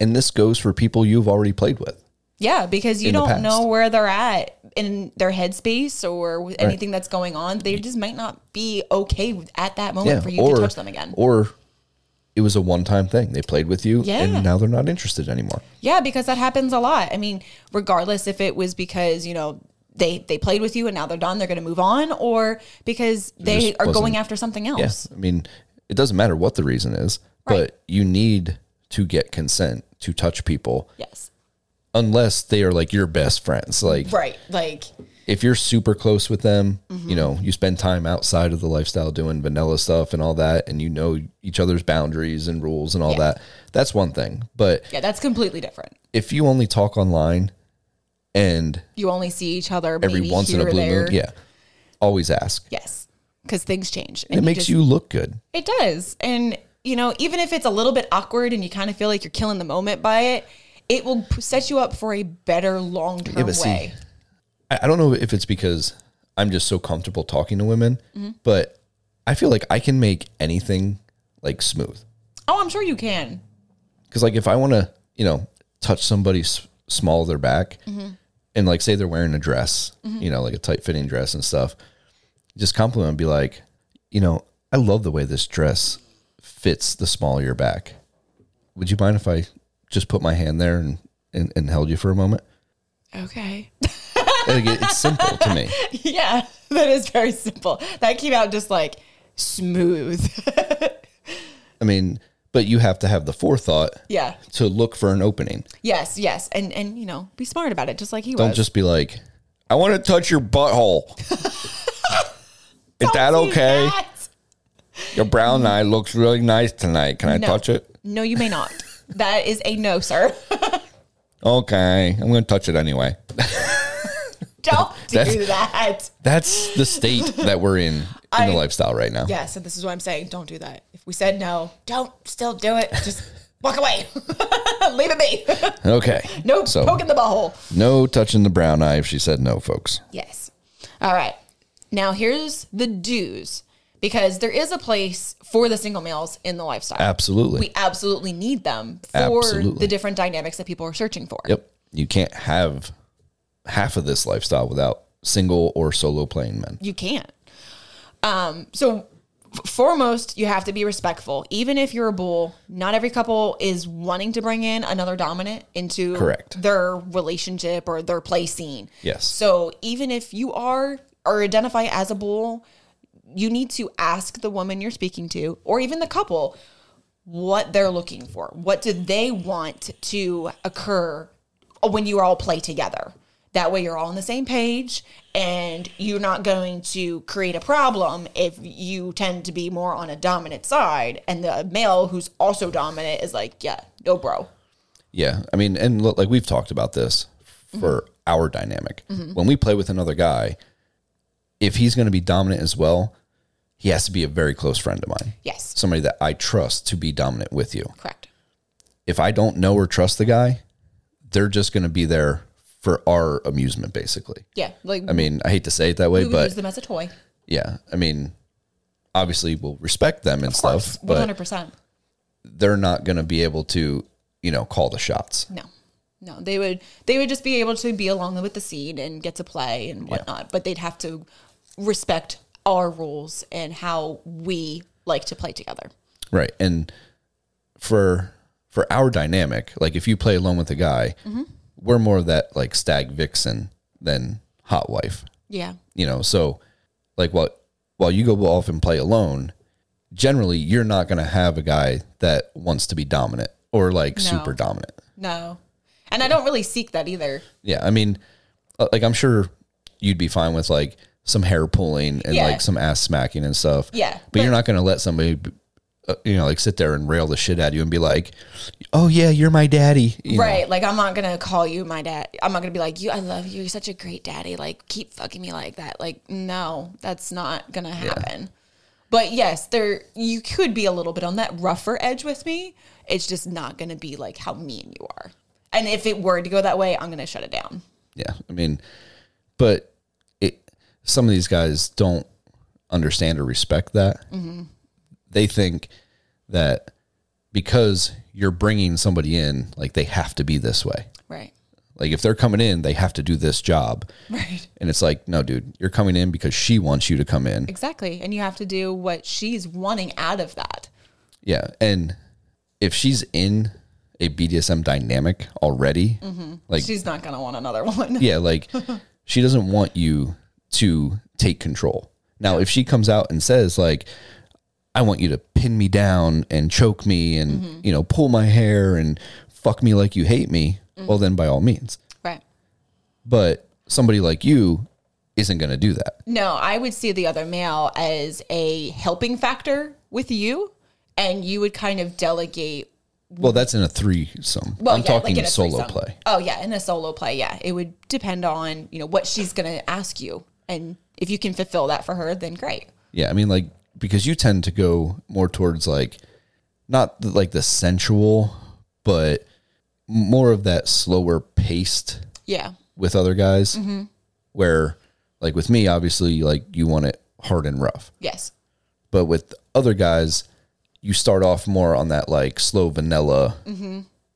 Speaker 2: and this goes for people you've already played with
Speaker 1: Yeah, because you
Speaker 2: In the
Speaker 1: don't
Speaker 2: past.
Speaker 1: know where they're at in their headspace or with anything that's going on. They just might not be okay with- at that moment for you to touch them again.
Speaker 2: or it was a one-time thing they played with you
Speaker 1: Yeah.
Speaker 2: and now they're not interested anymore
Speaker 1: Yeah, because that happens a lot. I mean, regardless if it was because, you know, they they played with you and now they're done, they're going to move on or because they
Speaker 2: just
Speaker 1: are going
Speaker 2: wasn't-
Speaker 1: after something else.
Speaker 2: Yes. I mean, it doesn't matter what the reason is, but you need to get consent to touch people
Speaker 1: Yes.
Speaker 2: unless they are like your best friends. Like
Speaker 1: Right. Like
Speaker 2: if you're super close with them,
Speaker 1: Mm-hmm.
Speaker 2: you know, you spend time outside of the lifestyle doing vanilla stuff and all that and you know each other's boundaries and rules and all that. That's one thing. But
Speaker 1: yeah, that's completely different.
Speaker 2: if you only talk online and
Speaker 1: you only see each other
Speaker 2: every
Speaker 1: maybe
Speaker 2: once in a
Speaker 1: here or
Speaker 2: blue
Speaker 1: there.
Speaker 2: moon, yeah. Always ask.
Speaker 1: Yes, because things change.
Speaker 2: It makes you look good.
Speaker 1: It does, and you know, even if it's a little bit awkward and you kind of feel like you're killing the moment by it, it will p- set you up for a better long term
Speaker 2: but see-
Speaker 1: way.
Speaker 2: I, I don't know if it's because I'm just so comfortable talking to women, but I feel like I can make anything like smooth.
Speaker 1: Oh, I'm sure you can.
Speaker 2: Because like if I want to, you know, touch somebody's small of their back, and like say they're wearing a dress, you know, like a tight fitting dress and stuff, just compliment and be like, you know, I love the way this dress fits the small of your back. Would you mind if I just put my hand there and and, and held you for a moment?
Speaker 1: Okay.
Speaker 2: Like it- it's simple to me.
Speaker 1: yeah, that is very simple. That came out just like smooth.
Speaker 2: I mean, but you have to have the forethought
Speaker 1: yeah.
Speaker 2: to look for an opening.
Speaker 1: Yes. Yes. And and you know, be smart about it, just like he
Speaker 2: Don't
Speaker 1: was.
Speaker 2: just be like, I want to touch your butthole. Is that
Speaker 1: Don't do
Speaker 2: okay?
Speaker 1: that. Mm-hmm.
Speaker 2: Your brown eye looks really nice tonight. Can I
Speaker 1: No.
Speaker 2: touch it?
Speaker 1: No, you may not. that is a no, sir.
Speaker 2: Okay. I'm going to touch it anyway.
Speaker 1: Don't do
Speaker 2: That's-
Speaker 1: that.
Speaker 2: That's the state that we're in in
Speaker 1: I-
Speaker 2: the lifestyle right now.
Speaker 1: Yes, and this is what I'm saying. Don't do that. If we said no, don't still do it. Just Walk away. Leave it be.
Speaker 2: Okay.
Speaker 1: No
Speaker 2: So-
Speaker 1: poking the butthole.
Speaker 2: No touching the brown eye if she said no, folks.
Speaker 1: Yes. All right. Now here's the do's because there is a place for the single males in the lifestyle.
Speaker 2: Absolutely.
Speaker 1: We absolutely need them for
Speaker 2: Absolutely.
Speaker 1: the different dynamics that people are searching for.
Speaker 2: yep. You can't have half of this lifestyle without single or solo playing men.
Speaker 1: You can't. Um, so f- foremost, you have to be respectful. Even if you're a bull, not every couple is wanting to bring in another dominant into
Speaker 2: Correct.
Speaker 1: their relationship or their play scene.
Speaker 2: Yes.
Speaker 1: So even if you are or identify as a bull, you need to ask the woman you're speaking to or even the couple what they're looking for. What do they want to occur when you all play together? That way you're all on the same page and you're not going to create a problem if you tend to be more on a dominant side and the male who's also dominant is like, yeah, no, bro.
Speaker 2: Yeah. I mean, and look, like we've talked about this for our dynamic.
Speaker 1: Mm-hmm.
Speaker 2: When we play with another guy, if he's going to be dominant as well, he has to be a very close friend of mine.
Speaker 1: Yes.
Speaker 2: Somebody that I trust to be dominant with you.
Speaker 1: Correct.
Speaker 2: If I don't know or trust the guy, they're just going to be there for our amusement, basically.
Speaker 1: Yeah. Like,
Speaker 2: I mean, I hate to say it that way,
Speaker 1: we would use
Speaker 2: but
Speaker 1: them as a toy.
Speaker 2: yeah, I mean, obviously we'll respect them and
Speaker 1: Of
Speaker 2: stuff,
Speaker 1: course.
Speaker 2: but
Speaker 1: 100%.
Speaker 2: they're not going to be able to, you know, call the shots.
Speaker 1: No, no, they would they would just be able to be along with the seed and get to play and whatnot, but they'd have to respect our rules and how we like to play together.
Speaker 2: Right. And for for our dynamic, like if you play alone with a guy, we're more of that like stag vixen than hot wife.
Speaker 1: Yeah,
Speaker 2: You know, so like while while you go off and play alone, generally you're not gonna have a guy that wants to be dominant or like super dominant.
Speaker 1: no, and I don't really seek that either.
Speaker 2: Yeah. I mean uh, like I'm sure you'd be fine with like some hair pulling and
Speaker 1: Yeah.
Speaker 2: like some ass smacking and stuff.
Speaker 1: Yeah,
Speaker 2: but, you're not going to let somebody uh, you know like sit there and rail the shit out of you and be like oh yeah you're my daddy you know?
Speaker 1: Right, like I'm not gonna call you my dad. I'm not gonna be like you. I love you. You're such a great daddy. Like keep fucking me like that. Like no, that's not gonna happen. But yes, there you could be a little bit on that rougher edge with me. It's just not gonna be like how mean you are. And if it were to go that way, I'm gonna shut it down.
Speaker 2: yeah i mean but it some of these guys don't understand or respect that
Speaker 1: Mm-hmm.
Speaker 2: they think that because you're bringing somebody in like they have to be this way
Speaker 1: Right.
Speaker 2: like if they're coming in they have to do this job
Speaker 1: Right.
Speaker 2: and it's like no dude you're coming in because she wants you to come in
Speaker 1: Exactly. And you have to do what she's wanting out of that.
Speaker 2: Yeah, and if she's in a BDSM dynamic already,
Speaker 1: Mm-hmm.
Speaker 2: like
Speaker 1: She's not gonna want another one.
Speaker 2: yeah, like she doesn't want you to take control. Now, if she comes out and says like I want you to pin me down and choke me and
Speaker 1: Mm-hmm.
Speaker 2: you know, pull my hair and fuck me like you hate me,
Speaker 1: Mm-hmm.
Speaker 2: well then by all means.
Speaker 1: Right.
Speaker 2: But somebody like you isn't going to do that.
Speaker 1: No, I would see the other male as a helping factor with you, and you would kind of delegate.
Speaker 2: Well, that's in a threesome.
Speaker 1: Well,
Speaker 2: I'm
Speaker 1: yeah,
Speaker 2: talking
Speaker 1: in a
Speaker 2: solo
Speaker 1: threesome.
Speaker 2: play.
Speaker 1: Oh yeah, in a solo play, yeah, it would depend on you know what she's going to ask you, and if you can fulfill that for her, then great.
Speaker 2: Yeah, I mean, like because you tend to go more towards like not the, like the sensual, but more of that slower paced
Speaker 1: Yeah,
Speaker 2: with other guys. Where like with me, obviously, like you want it hard and rough,
Speaker 1: yes,
Speaker 2: but with other guys, you start off more on that like slow vanilla,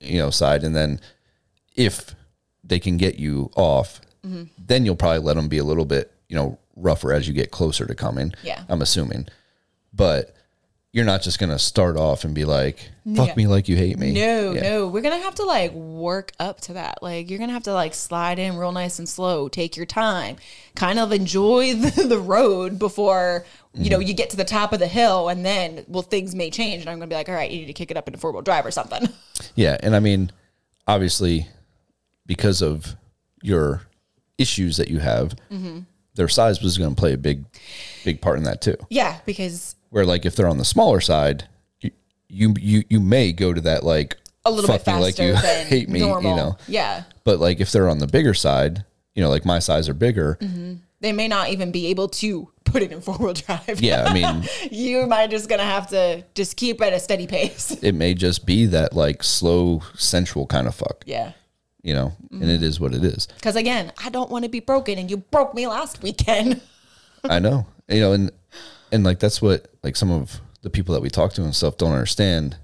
Speaker 2: you know, side, and then if they can get you off, then you'll probably let them be a little bit, you know, rougher as you get closer to coming.
Speaker 1: Yeah.
Speaker 2: I'm assuming, but you're not just gonna start off and be like, "Fuck me like you hate me."
Speaker 1: no,
Speaker 2: Yeah.
Speaker 1: no, we're gonna have to like work up to that. Like you're gonna have to like slide in real nice and slow, take your time, kind of enjoy the, the road before you
Speaker 2: Mm-hmm.
Speaker 1: know you get to the top of the hill, and then well things may change, and I'm gonna be like, all right, you need to kick it up into four wheel drive or something.
Speaker 2: Yeah, and I mean, obviously, because of your issues that you have,
Speaker 1: Mm-hmm.
Speaker 2: their size was going to play a big, big part in that too.
Speaker 1: Yeah, because
Speaker 2: Where like if they're on the smaller side, you you you, you may go to that like
Speaker 1: a little bit
Speaker 2: "Fuck me
Speaker 1: faster
Speaker 2: like you
Speaker 1: than
Speaker 2: hate me,
Speaker 1: normal.
Speaker 2: you know.
Speaker 1: Yeah, Mm-hmm.
Speaker 2: But like if they're on the bigger side, you know, like my size or bigger,
Speaker 1: They may not even be able to put it in four wheel drive.
Speaker 2: Yeah, I mean,
Speaker 1: you might just gonna have to just keep at a steady pace.
Speaker 2: it may just be that like slow, sensual kind of fuck,
Speaker 1: Yeah.
Speaker 2: you know, and
Speaker 1: Mm-hmm.
Speaker 2: it is what it is.
Speaker 1: Because again, I don't want to be broken, and you broke me last weekend.
Speaker 2: I know, you know, and and like that's what like some of the people that we talk to and stuff don't understand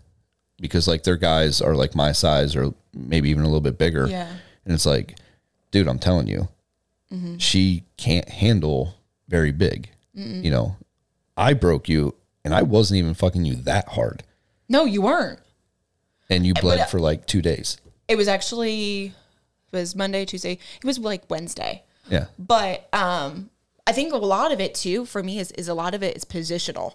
Speaker 2: because like their guys are like my size or maybe even a little bit bigger,
Speaker 1: Yeah.
Speaker 2: And it's like, dude, I'm telling you,
Speaker 1: Mm-hmm.
Speaker 2: she can't handle very big. You know, I broke you, and I wasn't even fucking you that hard,
Speaker 1: No, you weren't.
Speaker 2: and you bled
Speaker 1: uh,
Speaker 2: for like two days.
Speaker 1: It was actually it was Monday, Tuesday. It was like Wednesday.
Speaker 2: Yeah,
Speaker 1: but um i think a lot of it too for me is is a lot of it is positional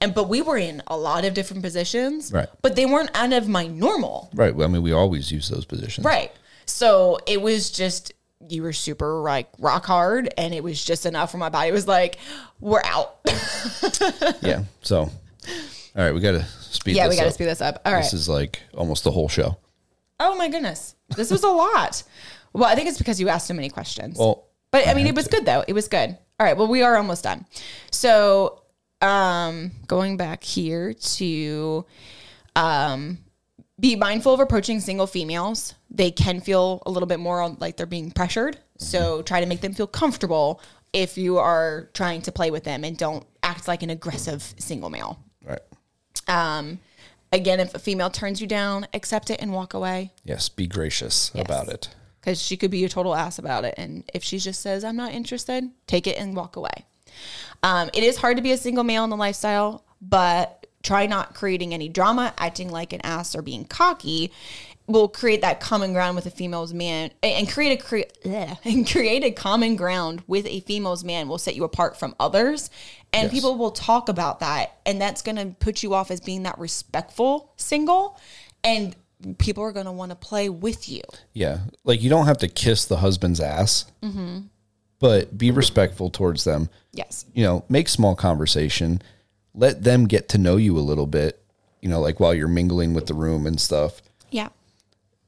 Speaker 1: and but we were in a lot of different positions
Speaker 2: Right.
Speaker 1: but they weren't out of my normal
Speaker 2: right. Well, I mean, we always use those positions,
Speaker 1: right so it was just you were super like rock hard and it was just enough where my body was like we're out
Speaker 2: Yeah. So, all right, we got to speed.
Speaker 1: yeah we
Speaker 2: this
Speaker 1: gotta
Speaker 2: up.
Speaker 1: speed this up all right
Speaker 2: This is like almost the whole show.
Speaker 1: oh my goodness this was a lot well i think it's because you asked so many questions
Speaker 2: Well,
Speaker 1: But I mean, it was good though. It was good. All right. Well, we are almost done. So, um, going back here to, um, be mindful of approaching single females. They can feel a little bit more on- like they're being pressured. So try to make them feel comfortable if you are trying to play with them, and don't act like an aggressive single male.
Speaker 2: all right.
Speaker 1: Again, if a female turns you down, accept it and walk away
Speaker 2: Yes, be gracious about it.
Speaker 1: because she could be a total ass about it. And if she just says, I'm not interested, take it and walk away. Um, it is hard to be a single male in the lifestyle, but try not creating any drama, acting like an ass, or being cocky. Will create that common ground with a female's man, and- and create a cre- bleh, and create a common ground with a female's man will set you apart from others, and
Speaker 2: Yes.
Speaker 1: people will talk about that, and that's going to put you off as being that respectful single, and people are going to want to play with you.
Speaker 2: Yeah. Like you don't have to kiss the husband's ass,
Speaker 1: Mm-hmm.
Speaker 2: but be respectful towards them.
Speaker 1: Yes.
Speaker 2: You know, make small conversation. Let them get to know you a little bit, you know, like while you're mingling with the room and stuff.
Speaker 1: Yeah.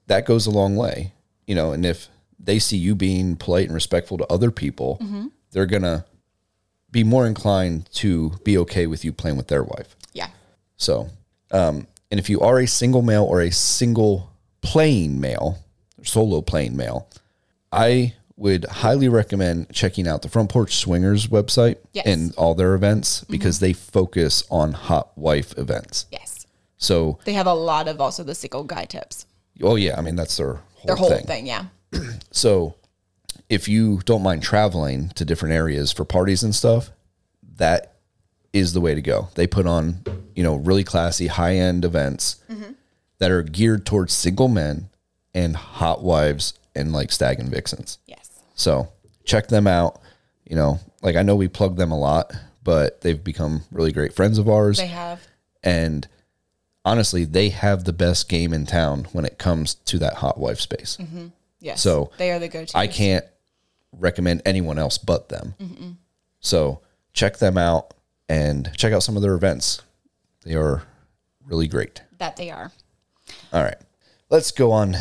Speaker 2: That goes a long way, you know, and if they see you being polite and respectful to other people, they're going to be more inclined to be okay with you playing with their wife.
Speaker 1: Yeah.
Speaker 2: So, um, and if you are a single male or a single playing male, or solo playing male, I would highly recommend checking out the Front Porch Swingers website
Speaker 1: Yes. Mm-hmm.
Speaker 2: and all their events because they focus on hot wife events.
Speaker 1: Yes.
Speaker 2: So,
Speaker 1: They have a lot of also the sickle guy tips.
Speaker 2: oh yeah, I mean that's their whole,
Speaker 1: Their whole
Speaker 2: thing.
Speaker 1: thing. yeah.
Speaker 2: So, if you don't mind traveling to different areas for parties and stuff, that is the way to go. They put on, you know, really classy, high end events that are geared towards single men and hot wives and like stag and vixens.
Speaker 1: Yes.
Speaker 2: So, check them out. You know, like I know we plug them a lot, but they've become really great friends of ours.
Speaker 1: They have.
Speaker 2: and honestly, they have the best game in town when it comes to that hot wife space.
Speaker 1: Yes.
Speaker 2: So,
Speaker 1: they are the go to.
Speaker 2: I can't recommend anyone else but them. So check them out and check out some of their events. They are really great.
Speaker 1: that they are.
Speaker 2: All right. Let's go on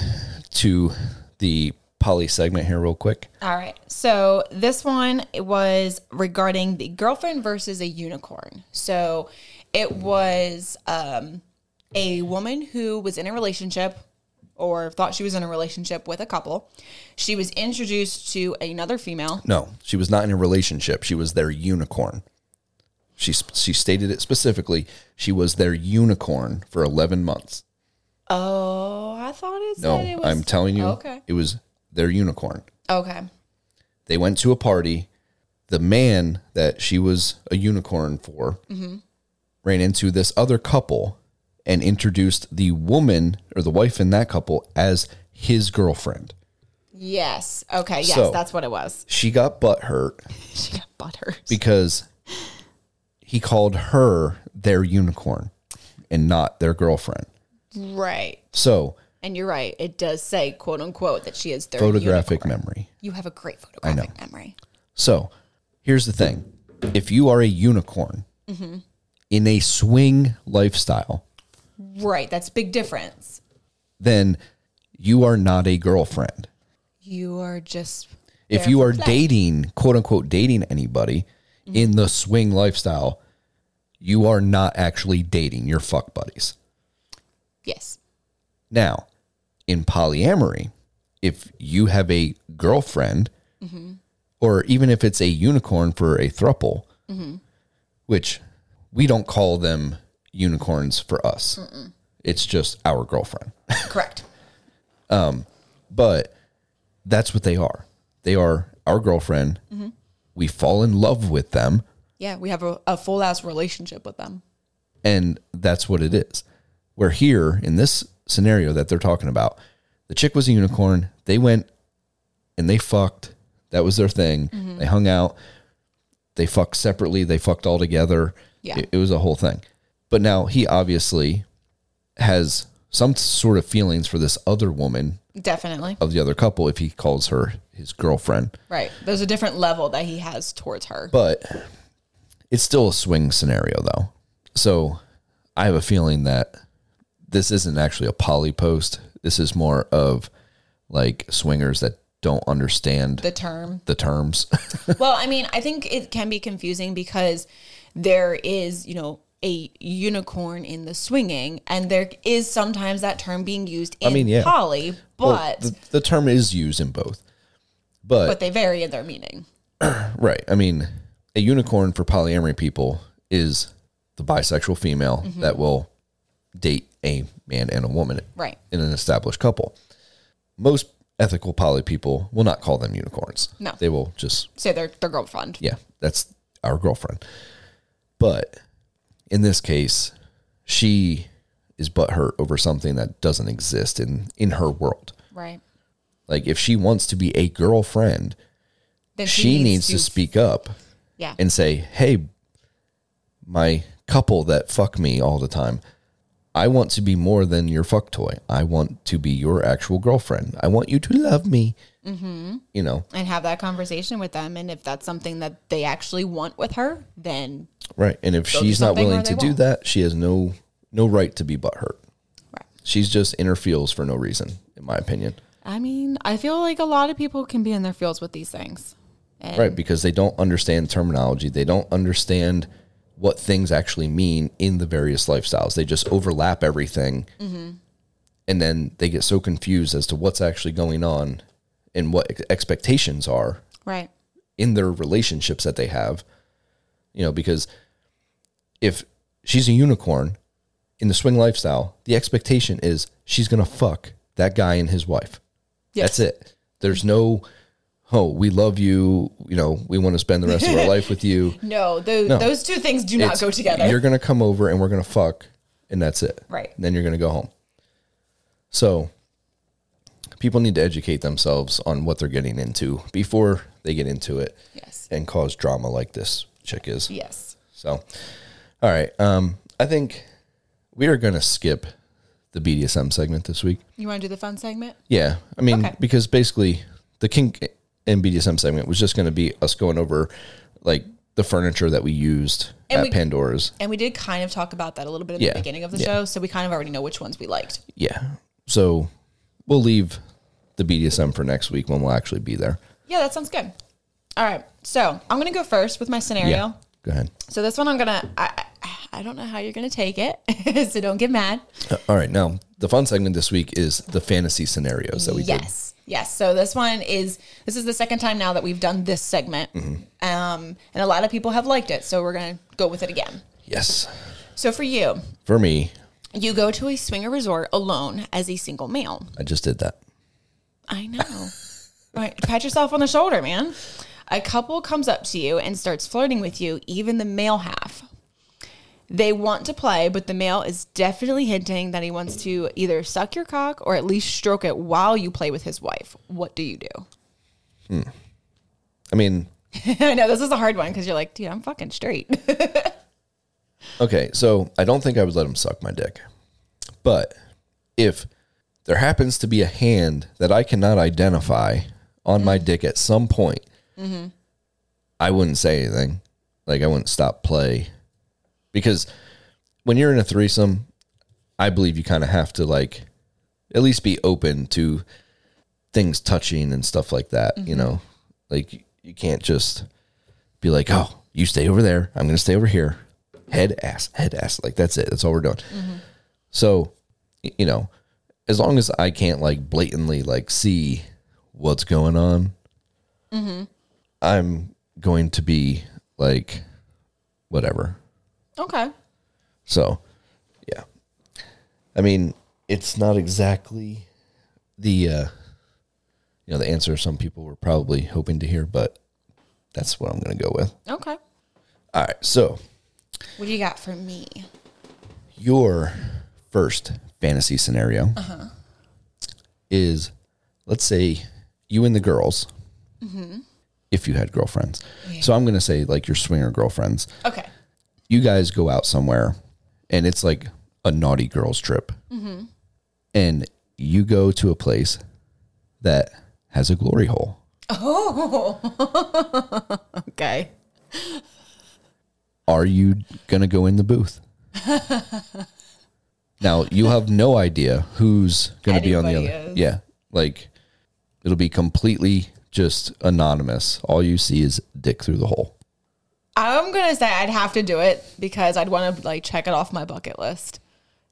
Speaker 2: to the poly segment here, real quick.
Speaker 1: All right. So this one it was regarding the girlfriend versus a unicorn. So it was um, a woman who was in a relationship or thought she was in a relationship with a couple. She was introduced to another female.
Speaker 2: No, she was not in a relationship. She was their unicorn. She, sp- she stated it specifically. She was their unicorn for 11 months.
Speaker 1: Oh, I thought it
Speaker 2: No,
Speaker 1: said it was Oh,
Speaker 2: I'm telling you,
Speaker 1: Okay.
Speaker 2: it was their unicorn.
Speaker 1: Okay.
Speaker 2: they went to a party. The man that she was a unicorn for ran into this other couple and introduced the woman or the wife in that couple as his girlfriend.
Speaker 1: Yes. Okay. Yes,
Speaker 2: So-
Speaker 1: that's what it was.
Speaker 2: She got butthurt
Speaker 1: She got butter.
Speaker 2: because he called her their unicorn and not their girlfriend.
Speaker 1: Right.
Speaker 2: So,
Speaker 1: And you're right. It does say, quote unquote, that she is third.
Speaker 2: photographic memory.
Speaker 1: You have a great photographic memory.
Speaker 2: So here's the thing if you are a unicorn in a swing lifestyle,
Speaker 1: Right. That's a big difference.
Speaker 2: then you are not a girlfriend.
Speaker 1: You are just
Speaker 2: if you are dating, quote unquote, dating anybody in the swing lifestyle, you are not actually dating your fuck buddies.
Speaker 1: Yes.
Speaker 2: Now, in polyamory, if you have a girlfriend, or even if it's a unicorn for a thruple, which we don't call them unicorns for us, it's just our girlfriend.
Speaker 1: Correct.
Speaker 2: But that's what they are. They are our girlfriend. We fall in love with them,
Speaker 1: Yeah, we have a, a full ass relationship with them.
Speaker 2: and that's what it is. We're here in this scenario that they're talking about. The chick was a unicorn. They went and they fucked. That was their thing. They hung out. They fucked separately. They fucked all together.
Speaker 1: Yeah.
Speaker 2: It, it was a whole thing. But now he obviously has some sort of feelings for this other woman
Speaker 1: Definitely.
Speaker 2: of the other couple if he calls her his girlfriend.
Speaker 1: Right. There's a different level that he has towards her.
Speaker 2: But it's still a swing scenario, though. So I have a feeling that this isn't actually a poly post. This is more of like swingers that don't understand
Speaker 1: the
Speaker 2: the,
Speaker 1: term.
Speaker 2: terms.
Speaker 1: well, I mean, I think it can be confusing because there is, you know, a unicorn in the swinging, and there is sometimes that term being used in
Speaker 2: mean, yeah.
Speaker 1: poly,
Speaker 2: Well,
Speaker 1: but
Speaker 2: the, the term is used in both. But,
Speaker 1: but they vary in their meaning.
Speaker 2: right, I mean, a unicorn for polyamory people is the bisexual female that will date a man and a woman
Speaker 1: Right.
Speaker 2: in an established couple. Most ethical poly people will not call them unicorns.
Speaker 1: No.
Speaker 2: They will just,
Speaker 1: Say their their girlfriend.
Speaker 2: yeah, that's our girlfriend. But in this case, she is butthurt over something that doesn't exist in, in her world.
Speaker 1: Right.
Speaker 2: Like if she wants to be a girlfriend,
Speaker 1: Then
Speaker 2: she, needs, to, speak up
Speaker 1: Yeah.
Speaker 2: and say, Hey, my couple that fuck me all the time, I want to be more than your fuck toy. I want to be your actual girlfriend. I want you to love me. Mm-hmm. You know,
Speaker 1: and have that conversation with them. And if that's something that they actually want with her, then
Speaker 2: right. And if
Speaker 1: do
Speaker 2: she's not
Speaker 1: something or
Speaker 2: willing
Speaker 1: they
Speaker 2: to do
Speaker 1: won't.
Speaker 2: that, she has no no right to be butthurt.
Speaker 1: Right.
Speaker 2: She's just in her feels for no reason, in my opinion.
Speaker 1: I mean, I feel like a lot of people can be in their fields with these things. And
Speaker 2: Right, because they don't understand terminology. They don't understand what things actually mean in the various lifestyles. They just overlap everything. And then they get so confused as to what's actually going on and what ex- expectations are
Speaker 1: Right.
Speaker 2: in their relationships that they have. You know, because if she's a unicorn in the swing lifestyle, the expectation is she's going to fuck that guy and his wife. That's it. There's no, oh, we love you. You know, we want to spend the rest of our life with you.
Speaker 1: No, tho- those two things do not
Speaker 2: It's-
Speaker 1: go together.
Speaker 2: You're going to come over and we're going to fuck, and that's it.
Speaker 1: Right.
Speaker 2: And then you're going to go home. So people need to educate themselves on what they're getting into before they get into it
Speaker 1: Yes.
Speaker 2: and cause drama like this chick is.
Speaker 1: Yes.
Speaker 2: So, all right. Um, I think we are going to skip the BDSM segment this week.
Speaker 1: You want to do the fun segment?
Speaker 2: Yeah, I mean,
Speaker 1: Okay.
Speaker 2: because basically the kink and BDSM segment was just going to be us going over like the furniture that we used
Speaker 1: And
Speaker 2: at
Speaker 1: we-
Speaker 2: Pandora's.
Speaker 1: And we did kind of talk about that a little bit at
Speaker 2: Yeah.
Speaker 1: the beginning of the
Speaker 2: Yeah.
Speaker 1: show, so we kind of already know which ones we liked.
Speaker 2: Yeah, so we'll leave the BDSM for next week when we'll actually be there.
Speaker 1: Yeah, that sounds good. All right. So I'm going to go first with my scenario.
Speaker 2: Yeah, go ahead.
Speaker 1: So this one I'm going to, I, I don't know how you're going to take it, so don't get mad.
Speaker 2: Uh, All right, now the fun segment this week is the fantasy scenarios that we did.
Speaker 1: yes yes so this one is this is the second time now that we've done this segment
Speaker 2: Mm-hmm.
Speaker 1: um, and a lot of people have liked it so we're gonna go with it again
Speaker 2: Yes,
Speaker 1: so for you
Speaker 2: for me,
Speaker 1: you go to a swinger resort alone as a single male
Speaker 2: I just did that.
Speaker 1: i know right pat yourself on the shoulder man a couple comes up to you and starts flirting with you even the male half they want to play, but the male is definitely hinting that he wants to either suck your cock or at least stroke it while you play with his wife. What do you do?
Speaker 2: I mean,
Speaker 1: I know this is a hard one because you're like, dude, I'm fucking straight.
Speaker 2: Okay, so I don't think I would let him suck my dick. But if there happens to be a hand that I cannot identify on my dick at some point, I wouldn't say anything. Like I wouldn't stop play. Because when you're in a threesome, I believe you kind of have to like at least be open to things touching and stuff like that, you know. Like you can't just be like, oh, you stay over there. I'm going to stay over here. Head ass, head ass. Like that's it. That's all we're doing. So, y- you know, as long as I can't like blatantly like see what's going on, I'm going to be like whatever.
Speaker 1: Okay.
Speaker 2: So, yeah. I mean, it's not exactly the uh you know, the answer some people were probably hoping to hear, but that's what I'm going to go with.
Speaker 1: Okay.
Speaker 2: All right. So,
Speaker 1: What do you got for me?
Speaker 2: your first fantasy scenario is let's say you and the girls if you had girlfriends so i'm going to say like your swinger girlfriends
Speaker 1: Okay.
Speaker 2: you guys go out somewhere and it's like a naughty girls trip and you go to a place that has a glory hole
Speaker 1: Okay.
Speaker 2: are you gonna go in the booth now you have no idea who's gonna be on the
Speaker 1: Anybody
Speaker 2: other
Speaker 1: is.
Speaker 2: yeah like it'll be completely just anonymous all you see is dick through the hole
Speaker 1: I'm gonna say I'd have to do it because I'd want to like check it off my bucket list,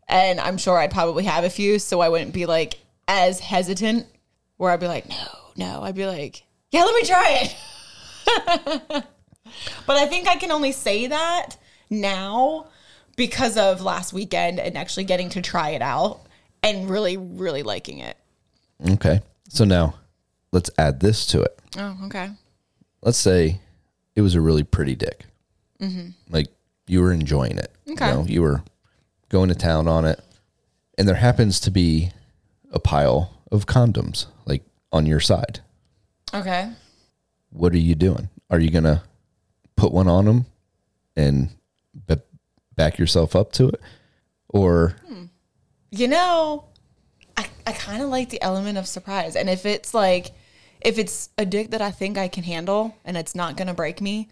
Speaker 1: and I'm sure I'd probably have a few, so I wouldn't be like as hesitant. Where I'd be like, no, no, I'd be like, yeah, let me try it. but I think I can only say that now because of last weekend and actually getting to try it out and really, really liking it.
Speaker 2: okay so now let's add this to it
Speaker 1: Oh, okay.
Speaker 2: let's say it was a really pretty dick. Like you were enjoying it.
Speaker 1: Mm-hmm. Okay.
Speaker 2: You, know, you were going to town on it. And there happens to be a pile of condoms like on your side.
Speaker 1: Okay.
Speaker 2: What are you doing? Are you going to put one on them and b- back yourself up to it? Or
Speaker 1: you know, I, I kind of like the element of surprise. And if it's like, if it's a dick that I think I can handle and it's not going to break me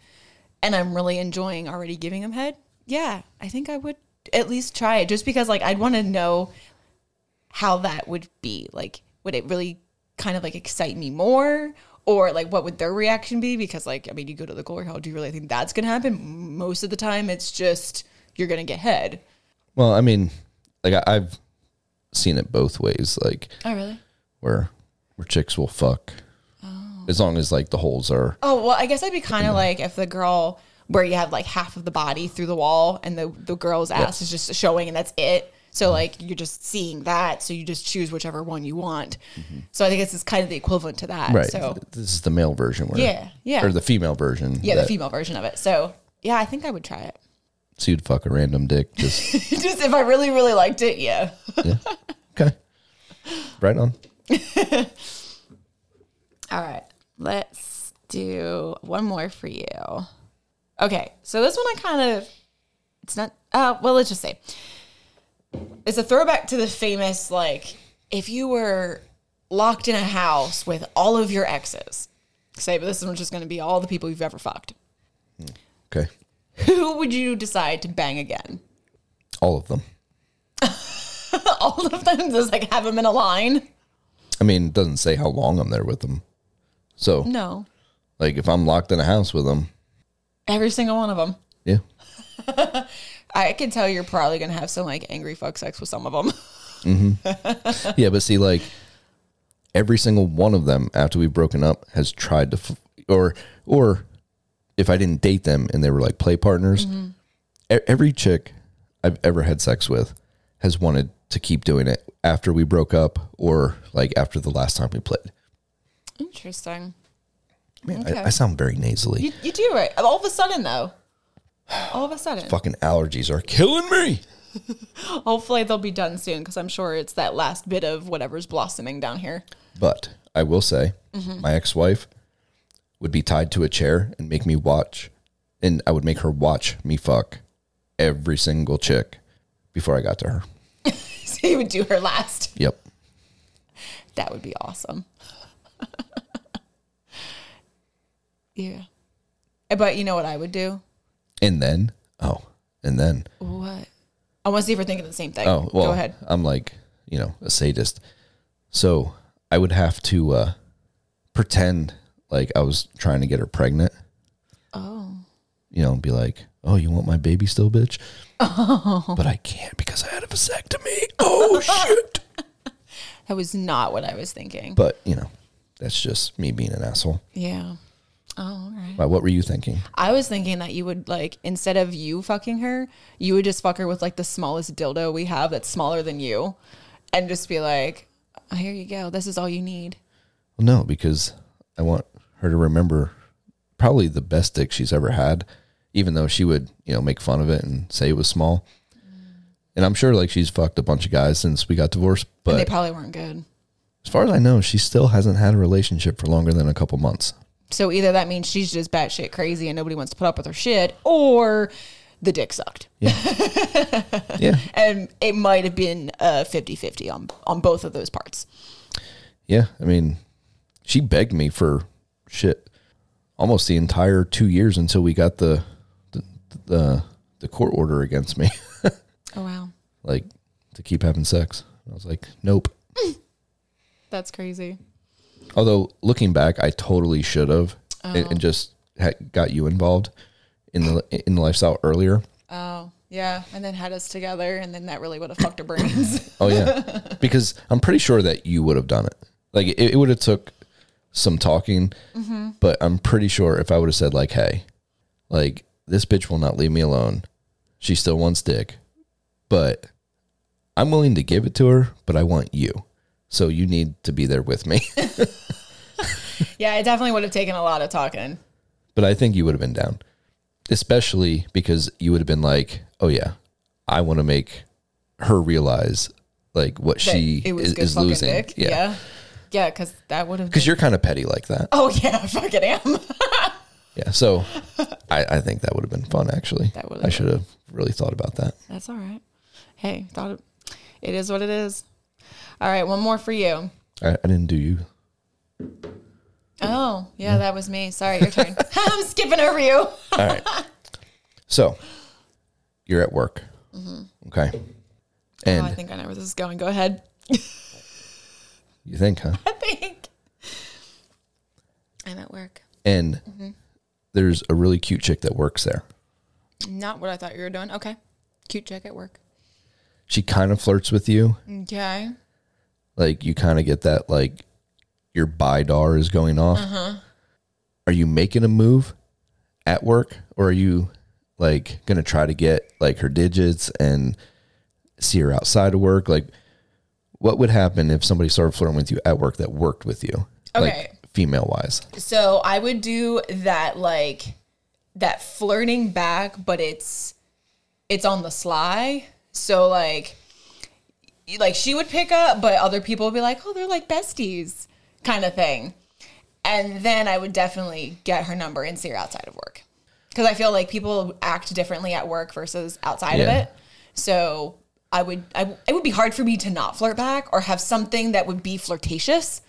Speaker 1: and I'm really enjoying already giving him head, yeah, I think I would at least try it just because, like, I'd want to know how that would be. Like, would it really kind of like excite me more? Or like, what would their reaction be? Because like, I mean, you go to the glory hall. Do you really think that's gonna happen? Most of the time, it's just you're gonna get head.
Speaker 2: well, I mean, like I, I've seen it both ways like
Speaker 1: Oh, really?
Speaker 2: where where chicks will fuck as long as like the holes are
Speaker 1: Oh well, I guess I'd be kind of like if the girl where you have like half of the body through the wall and the the girl's ass is just showing and that's it. So like you're just seeing that, so you just choose whichever one you want. So I think this is kind of the equivalent to that.
Speaker 2: Mm-hmm. Right.
Speaker 1: So
Speaker 2: this is the male version. Where,
Speaker 1: Yeah, yeah.
Speaker 2: Or the female version.
Speaker 1: yeah,
Speaker 2: that-
Speaker 1: the female version of it. So yeah, I think I would try it.
Speaker 2: So you'd fuck a random dick. Just
Speaker 1: just if I really really liked it, yeah.
Speaker 2: okay. Right on.
Speaker 1: All right, let's do one more for you. Okay, so this one I kind of, it's not, uh, well, let's just say it's a throwback to the famous, like, if you were locked in a house with all of your exes, say, but this one's just gonna be all the people you've ever fucked,
Speaker 2: Okay.
Speaker 1: who would you decide to bang again?
Speaker 2: All of them.
Speaker 1: all of them, just like have them in a line?
Speaker 2: I mean, it doesn't say how long I'm there with them. So,
Speaker 1: No,
Speaker 2: like, if I'm locked in a house with them,
Speaker 1: every single one of them.
Speaker 2: yeah.
Speaker 1: I can tell you're probably gonna have some like angry fuck sex with some of them.
Speaker 2: Yeah, but see, like, every single one of them after we've broken up has tried to, f- or, or if I didn't date them and they were like play partners, e- every chick I've ever had sex with has wanted to keep doing it after we broke up or like after the last time we played.
Speaker 1: Interesting.
Speaker 2: Man,
Speaker 1: Okay.
Speaker 2: I, I sound very nasally.
Speaker 1: You, you do right. All of a sudden, though. All of a sudden.
Speaker 2: Fucking allergies are killing me.
Speaker 1: Hopefully, they'll be done soon because I'm sure it's that last bit of whatever's blossoming down here.
Speaker 2: But I will say,
Speaker 1: Mm-hmm.
Speaker 2: my ex wife would be tied to a chair and make me watch, and I would make her watch me fuck every single chick before I got to her.
Speaker 1: So you would do her last.
Speaker 2: Yep.
Speaker 1: That would be awesome. yeah. But you know what I would do?
Speaker 2: And then, oh, and then,
Speaker 1: What? I want to see if we're thinking the same thing.
Speaker 2: oh, well,
Speaker 1: Go ahead.
Speaker 2: I'm like, you know, a sadist. So I would have to uh, pretend like I was trying to get her pregnant.
Speaker 1: Oh.
Speaker 2: You know, and be like, "Oh, you want my baby still, bitch?" Oh. But I can't because I had a vasectomy. Oh shit.
Speaker 1: That was not what I was thinking.
Speaker 2: But, you know, that's just me being an asshole.
Speaker 1: yeah. Oh, all right.
Speaker 2: Why, what were you thinking?
Speaker 1: I was thinking that you would like instead of you fucking her, you would just fuck her with like the smallest dildo we have that's smaller than you, and just be like, "Oh, "Here you go. This is all you need."
Speaker 2: Well, no, because I want her to remember probably the best dick she's ever had, even though she would, you know, make fun of it and say it was small. And I'm sure like she's fucked a bunch of guys since we got divorced,
Speaker 1: and they
Speaker 2: but
Speaker 1: probably weren't good.
Speaker 2: as far as I know, she still hasn't had a relationship for longer than a couple months.
Speaker 1: So either that means she's just batshit crazy and nobody wants to put up with her shit, or the dick sucked.
Speaker 2: Yeah.
Speaker 1: And it might have been uh 50-50 on on both of those parts.
Speaker 2: Yeah. I mean, she begged me for shit almost the entire two years until we got the the the, the court order against me,
Speaker 1: Oh wow.
Speaker 2: like to keep having sex. I was like, nope.
Speaker 1: That's crazy.
Speaker 2: Although looking back, I totally should have and, and just ha got you involved in the in the lifestyle earlier.
Speaker 1: Oh, yeah. And then had us together and then that really would have fucked her brains.
Speaker 2: Oh yeah, because I'm pretty sure that you would have done it. Like it, it would have took some talking, but I'm pretty sure if I would have said like, "Hey, like this bitch will not leave me alone. She still wants dick, but I'm willing to give it to her, but I want you." So you need to be there with me.
Speaker 1: yeah, it definitely would have taken a lot of talking.
Speaker 2: but I think you would have been down, especially because you would have been like, "Oh yeah, I want to make her realize like what she
Speaker 1: it was
Speaker 2: is,
Speaker 1: good
Speaker 2: is
Speaker 1: fucking
Speaker 2: losing."
Speaker 1: dick.
Speaker 2: Yeah,
Speaker 1: Yeah. Yeah, because that would have
Speaker 2: because
Speaker 1: been.
Speaker 2: you're kind of petty like that.
Speaker 1: Oh, yeah, I fucking am.
Speaker 2: Yeah, so I, I think that would have been fun actually.
Speaker 1: That would have
Speaker 2: I should have really thought about that.
Speaker 1: That's all right. Hey, thought it, it is what it is. All right, one more for you.
Speaker 2: I, I didn't do you.
Speaker 1: Oh, yeah, that was me. Sorry, your turn. I'm skipping over you.
Speaker 2: All right. so you're at work, okay,
Speaker 1: Oh,
Speaker 2: and
Speaker 1: I think I know where this is going. Go ahead.
Speaker 2: you think, huh?
Speaker 1: I think. I'm at work.
Speaker 2: And
Speaker 1: Mm-hmm.
Speaker 2: there's a really cute chick that works there.
Speaker 1: Not what I thought you were doing. Okay. Cute chick at work.
Speaker 2: She kind of flirts with you.
Speaker 1: Okay.
Speaker 2: like you kind of get that like your bidar is going off. Are you making a move at work, or are you like gonna try to get like her digits and see her outside of work? Like, what would happen if somebody started flirting with you at work that worked with you,
Speaker 1: Okay.
Speaker 2: like female wise?
Speaker 1: So I would do that like that flirting back, but it's it's on the sly. So like y- like she would pick up, but other people would be like, "Oh, they're like besties," kind of thing. And then I would definitely get her number and see her outside of work because I feel like people act differently at work versus outside
Speaker 2: Yeah.
Speaker 1: of it. So I would I, it would be hard for me to not flirt back or have something that would be flirtatious.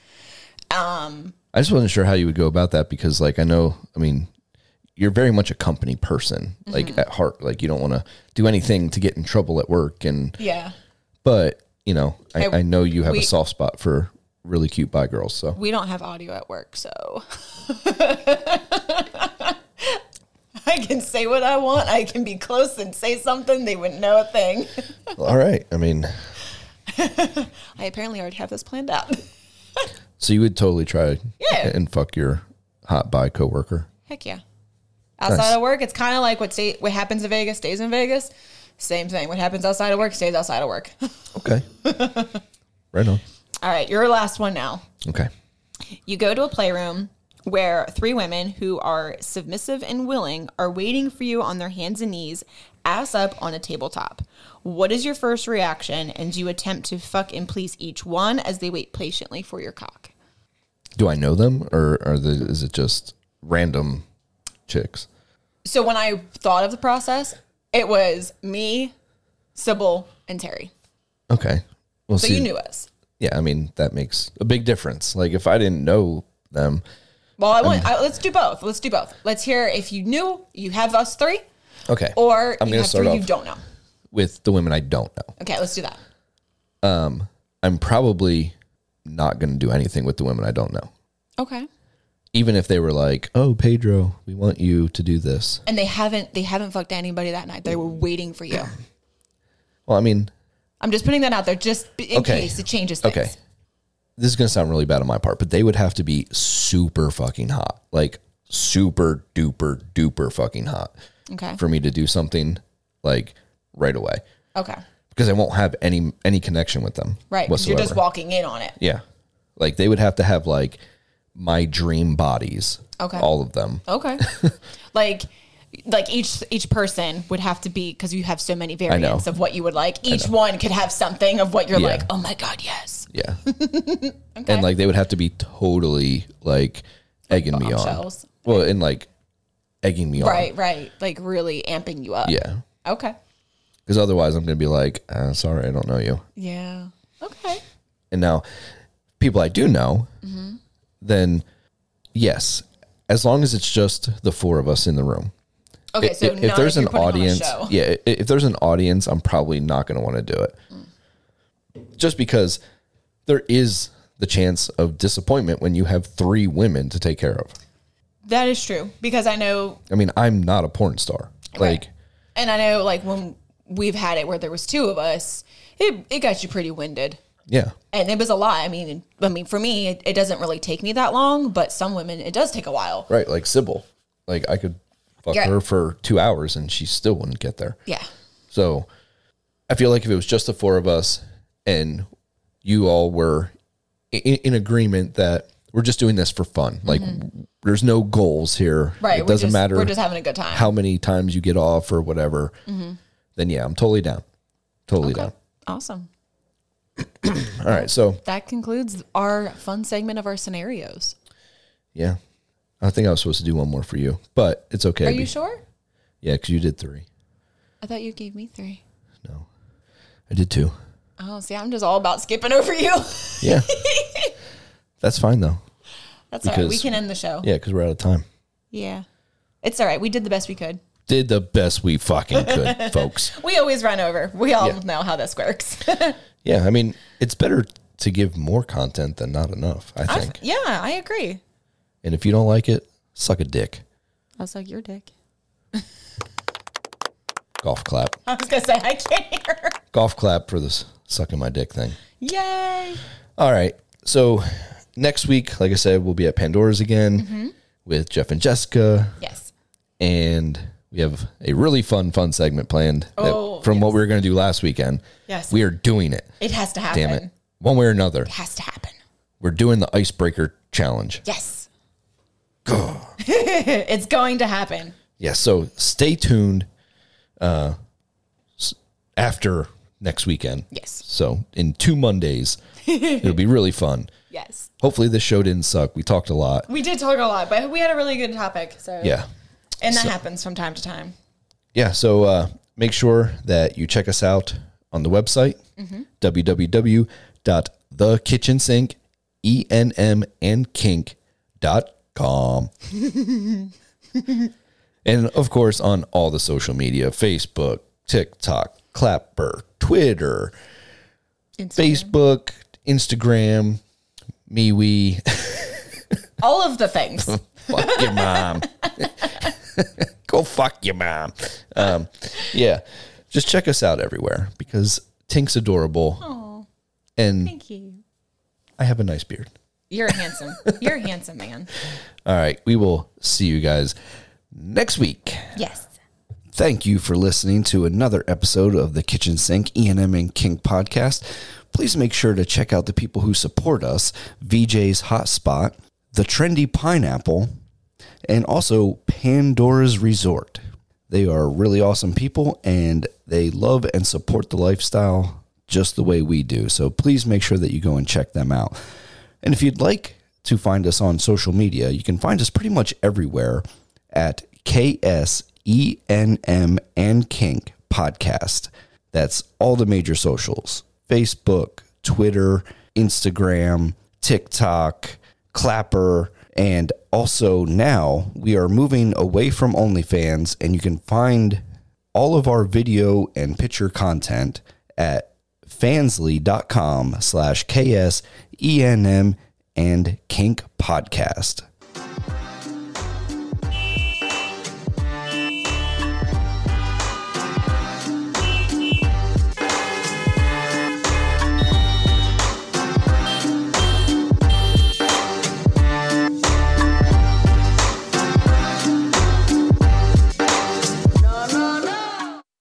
Speaker 2: I just wasn't sure how you would go about that because, like, I know, I mean, you're very much a company person, like at heart. Like, you don't want to do anything to get in trouble at work, and
Speaker 1: Yeah.
Speaker 2: but you know, I,
Speaker 1: I-
Speaker 2: I, know you have
Speaker 1: we-
Speaker 2: a soft spot for really cute bi girls. So
Speaker 1: we don't have audio at work, so I can say what I want. I can be close and say something. They wouldn't know a thing.
Speaker 2: all right, I mean,
Speaker 1: I apparently already have this planned out.
Speaker 2: so you would totally try
Speaker 1: Yeah.
Speaker 2: and fuck your hot bi coworker.
Speaker 1: Heck yeah. Outside
Speaker 2: Nice.
Speaker 1: of work, it's kind of like what stay, what happens in Vegas stays in Vegas. Same thing. What happens outside of work stays outside of work.
Speaker 2: Okay, right on.
Speaker 1: All right, your last one now.
Speaker 2: Okay,
Speaker 1: You go to a playroom where three women who are submissive and willing are waiting for you on their hands and knees, ass up on a tabletop. What is your first reaction? And do you attempt to fuck and please each one as they wait patiently for your cock?
Speaker 2: do I know them or are the, is it just random chicks?
Speaker 1: So when I thought of the process, it was me, Sybil, and Terry.
Speaker 2: Okay, well,
Speaker 1: So
Speaker 2: see,
Speaker 1: you knew us.
Speaker 2: yeah, I mean that makes a big difference. Like if I didn't know them,
Speaker 1: Well, I
Speaker 2: Um,
Speaker 1: want. I, let's do both. Let's do both. Let's hear if you knew you have us three,
Speaker 2: okay,
Speaker 1: or
Speaker 2: I'm
Speaker 1: you
Speaker 2: gonna
Speaker 1: have
Speaker 2: start
Speaker 1: three
Speaker 2: off
Speaker 1: you don't know.
Speaker 2: with the women I don't know.
Speaker 1: Okay, let's do that.
Speaker 2: I'm probably not going to do anything with the women I don't know.
Speaker 1: Okay.
Speaker 2: even if they were like, "Oh, Pedro, we want you to do this."
Speaker 1: And they haven't they haven't fucked anybody that night. They were
Speaker 2: Mm.
Speaker 1: waiting for you.
Speaker 2: Well, I mean,
Speaker 1: I'm just putting that out there just b- in
Speaker 2: Okay.
Speaker 1: case it changes things.
Speaker 2: okay. This is going to sound really bad on my part, but they would have to be super fucking hot. Like super duper duper fucking hot
Speaker 1: Okay.
Speaker 2: for me to do something like right away
Speaker 1: okay.
Speaker 2: because I won't have any any connection with them.
Speaker 1: Right. 'cause You're
Speaker 2: Whatsoever.
Speaker 1: just walking in on it.
Speaker 2: yeah. Like they would have to have like my dream bodies.
Speaker 1: Okay.
Speaker 2: All of them.
Speaker 1: Okay. like like each each person would have to be because you have so many
Speaker 2: know.
Speaker 1: variants of what you would like. Each one could have something of what you're
Speaker 2: Yeah.
Speaker 1: like, oh my God, yes.
Speaker 2: Yeah. And like they would have to be totally like egging me on.
Speaker 1: Bombshells.
Speaker 2: Well, and like egging me on.
Speaker 1: Right, right. Like really amping you up.
Speaker 2: Oh. Yeah.
Speaker 1: Okay.
Speaker 2: Because otherwise I'm going to be like, uh, sorry, I don't know you.
Speaker 1: Yeah. Okay.
Speaker 2: And now people I do know,
Speaker 1: Mm-hmm.
Speaker 2: then yes, as long as it's just the four of us in the room.
Speaker 1: Okay.
Speaker 2: If-
Speaker 1: So
Speaker 2: if, there's an audience,
Speaker 1: show.
Speaker 2: yeah, i- if there's an audience, I'm probably not going to want to do it.
Speaker 1: Mm.
Speaker 2: Just because there is the chance of disappointment when you have three women to take care of.
Speaker 1: that is true because I know
Speaker 2: I mean, I'm not a porn star.
Speaker 1: Right.
Speaker 2: Like,
Speaker 1: And I know, like when we've had it where there was two of us, it, it got you pretty winded,
Speaker 2: yeah,
Speaker 1: and it was a lot. I mean, I mean, for me, it, it doesn't really take me that long, but some women, it does take a while.
Speaker 2: right. Like Sybil, like I could fuck
Speaker 1: Yeah.
Speaker 2: her for two hours and she still wouldn't get there.
Speaker 1: Yeah,
Speaker 2: So I feel like if it was just the four of us and you all were in, in agreement that we're just doing this for fun, like there's no goals here.
Speaker 1: Mm-hmm. right.
Speaker 2: It doesn't
Speaker 1: just,
Speaker 2: matter
Speaker 1: We're just Mm-hmm. having a good time.
Speaker 2: how many times you get off or whatever. Then yeah, I'm totally down. Totally down.
Speaker 1: awesome.
Speaker 2: All right. So
Speaker 1: That concludes our fun segment of our scenarios.
Speaker 2: yeah, I think I was supposed to do one more for you, but it's okay.
Speaker 1: Are
Speaker 2: Be-
Speaker 1: you sure?
Speaker 2: yeah. Cause you did three.
Speaker 1: I thought you gave me three.
Speaker 2: No, I did two.
Speaker 1: Oh, see, I'm just all about skipping over you.
Speaker 2: Yeah. That's fine though.
Speaker 1: That's all right. We
Speaker 2: Because-
Speaker 1: can end the show.
Speaker 2: Yeah. Cause we're out of time.
Speaker 1: yeah. It's all right. We did the best we could.
Speaker 2: did the best we fucking could, folks.
Speaker 1: We always run over. We all
Speaker 2: Yeah.
Speaker 1: know how this works.
Speaker 2: Yeah, I mean, it's better to give more content than not enough, I think.
Speaker 1: yeah, I agree.
Speaker 2: and if you don't like it, suck a dick.
Speaker 1: I'll suck your dick.
Speaker 2: Golf clap.
Speaker 1: I was gonna say I can't hear.
Speaker 2: Golf clap for this sucking my dick thing.
Speaker 1: Yay!
Speaker 2: All right. So next week, like I said, we'll be at Pandora's again with Jeff and Jessica.
Speaker 1: Yes.
Speaker 2: And we have a really fun, fun segment planned that-
Speaker 1: Oh,
Speaker 2: from what we were going to do last weekend.
Speaker 1: Yes.
Speaker 2: We are doing it.
Speaker 1: It has to happen.
Speaker 2: Damn it. One way or another,
Speaker 1: It has to happen.
Speaker 2: we're doing the icebreaker challenge.
Speaker 1: Yes. it's going to happen.
Speaker 2: yeah so stay tuned uh s- after next weekend
Speaker 1: Yes.
Speaker 2: so in two mondays it'll be really fun
Speaker 1: Yes.
Speaker 2: hopefully this show didn't suck we talked a lot
Speaker 1: We did talk a lot, but we had a really good topic. So
Speaker 2: yeah
Speaker 1: and that happens from time to time.
Speaker 2: yeah so uh make sure that you check us out on the website www.thekitchensink enm E and kink.com And of course, on all the social media Facebook, TikTok, Clapper, Twitter, Facebook, Instagram, MeWe,
Speaker 1: All of the things.
Speaker 2: fuck your mom. Go fuck your mom. Um, yeah. Just check us out everywhere because Tink's adorable. And
Speaker 1: Thank you.
Speaker 2: I have a nice beard.
Speaker 1: You're handsome. You're a handsome man.
Speaker 2: All right. We will see you guys next week.
Speaker 1: Yes.
Speaker 2: Thank you for listening to another episode of the Kitchen Sink ENM and King podcast. Please make sure to check out the people who support us VJ's Hotspot, The Trendy Pineapple, and also Pandora's Resort. They are really awesome people and they love and support the lifestyle just the way we do. So please make sure that you go and check them out. And if you'd like to find us on social media, you can find us pretty much everywhere at KSENM and Kink Podcast. That's all the major socials Facebook, Twitter, Instagram, TikTok, Clapper. And also now we are moving away from OnlyFans, and you can find all of our video and picture content at E fansly.com slash KSENM and Kink Podcast.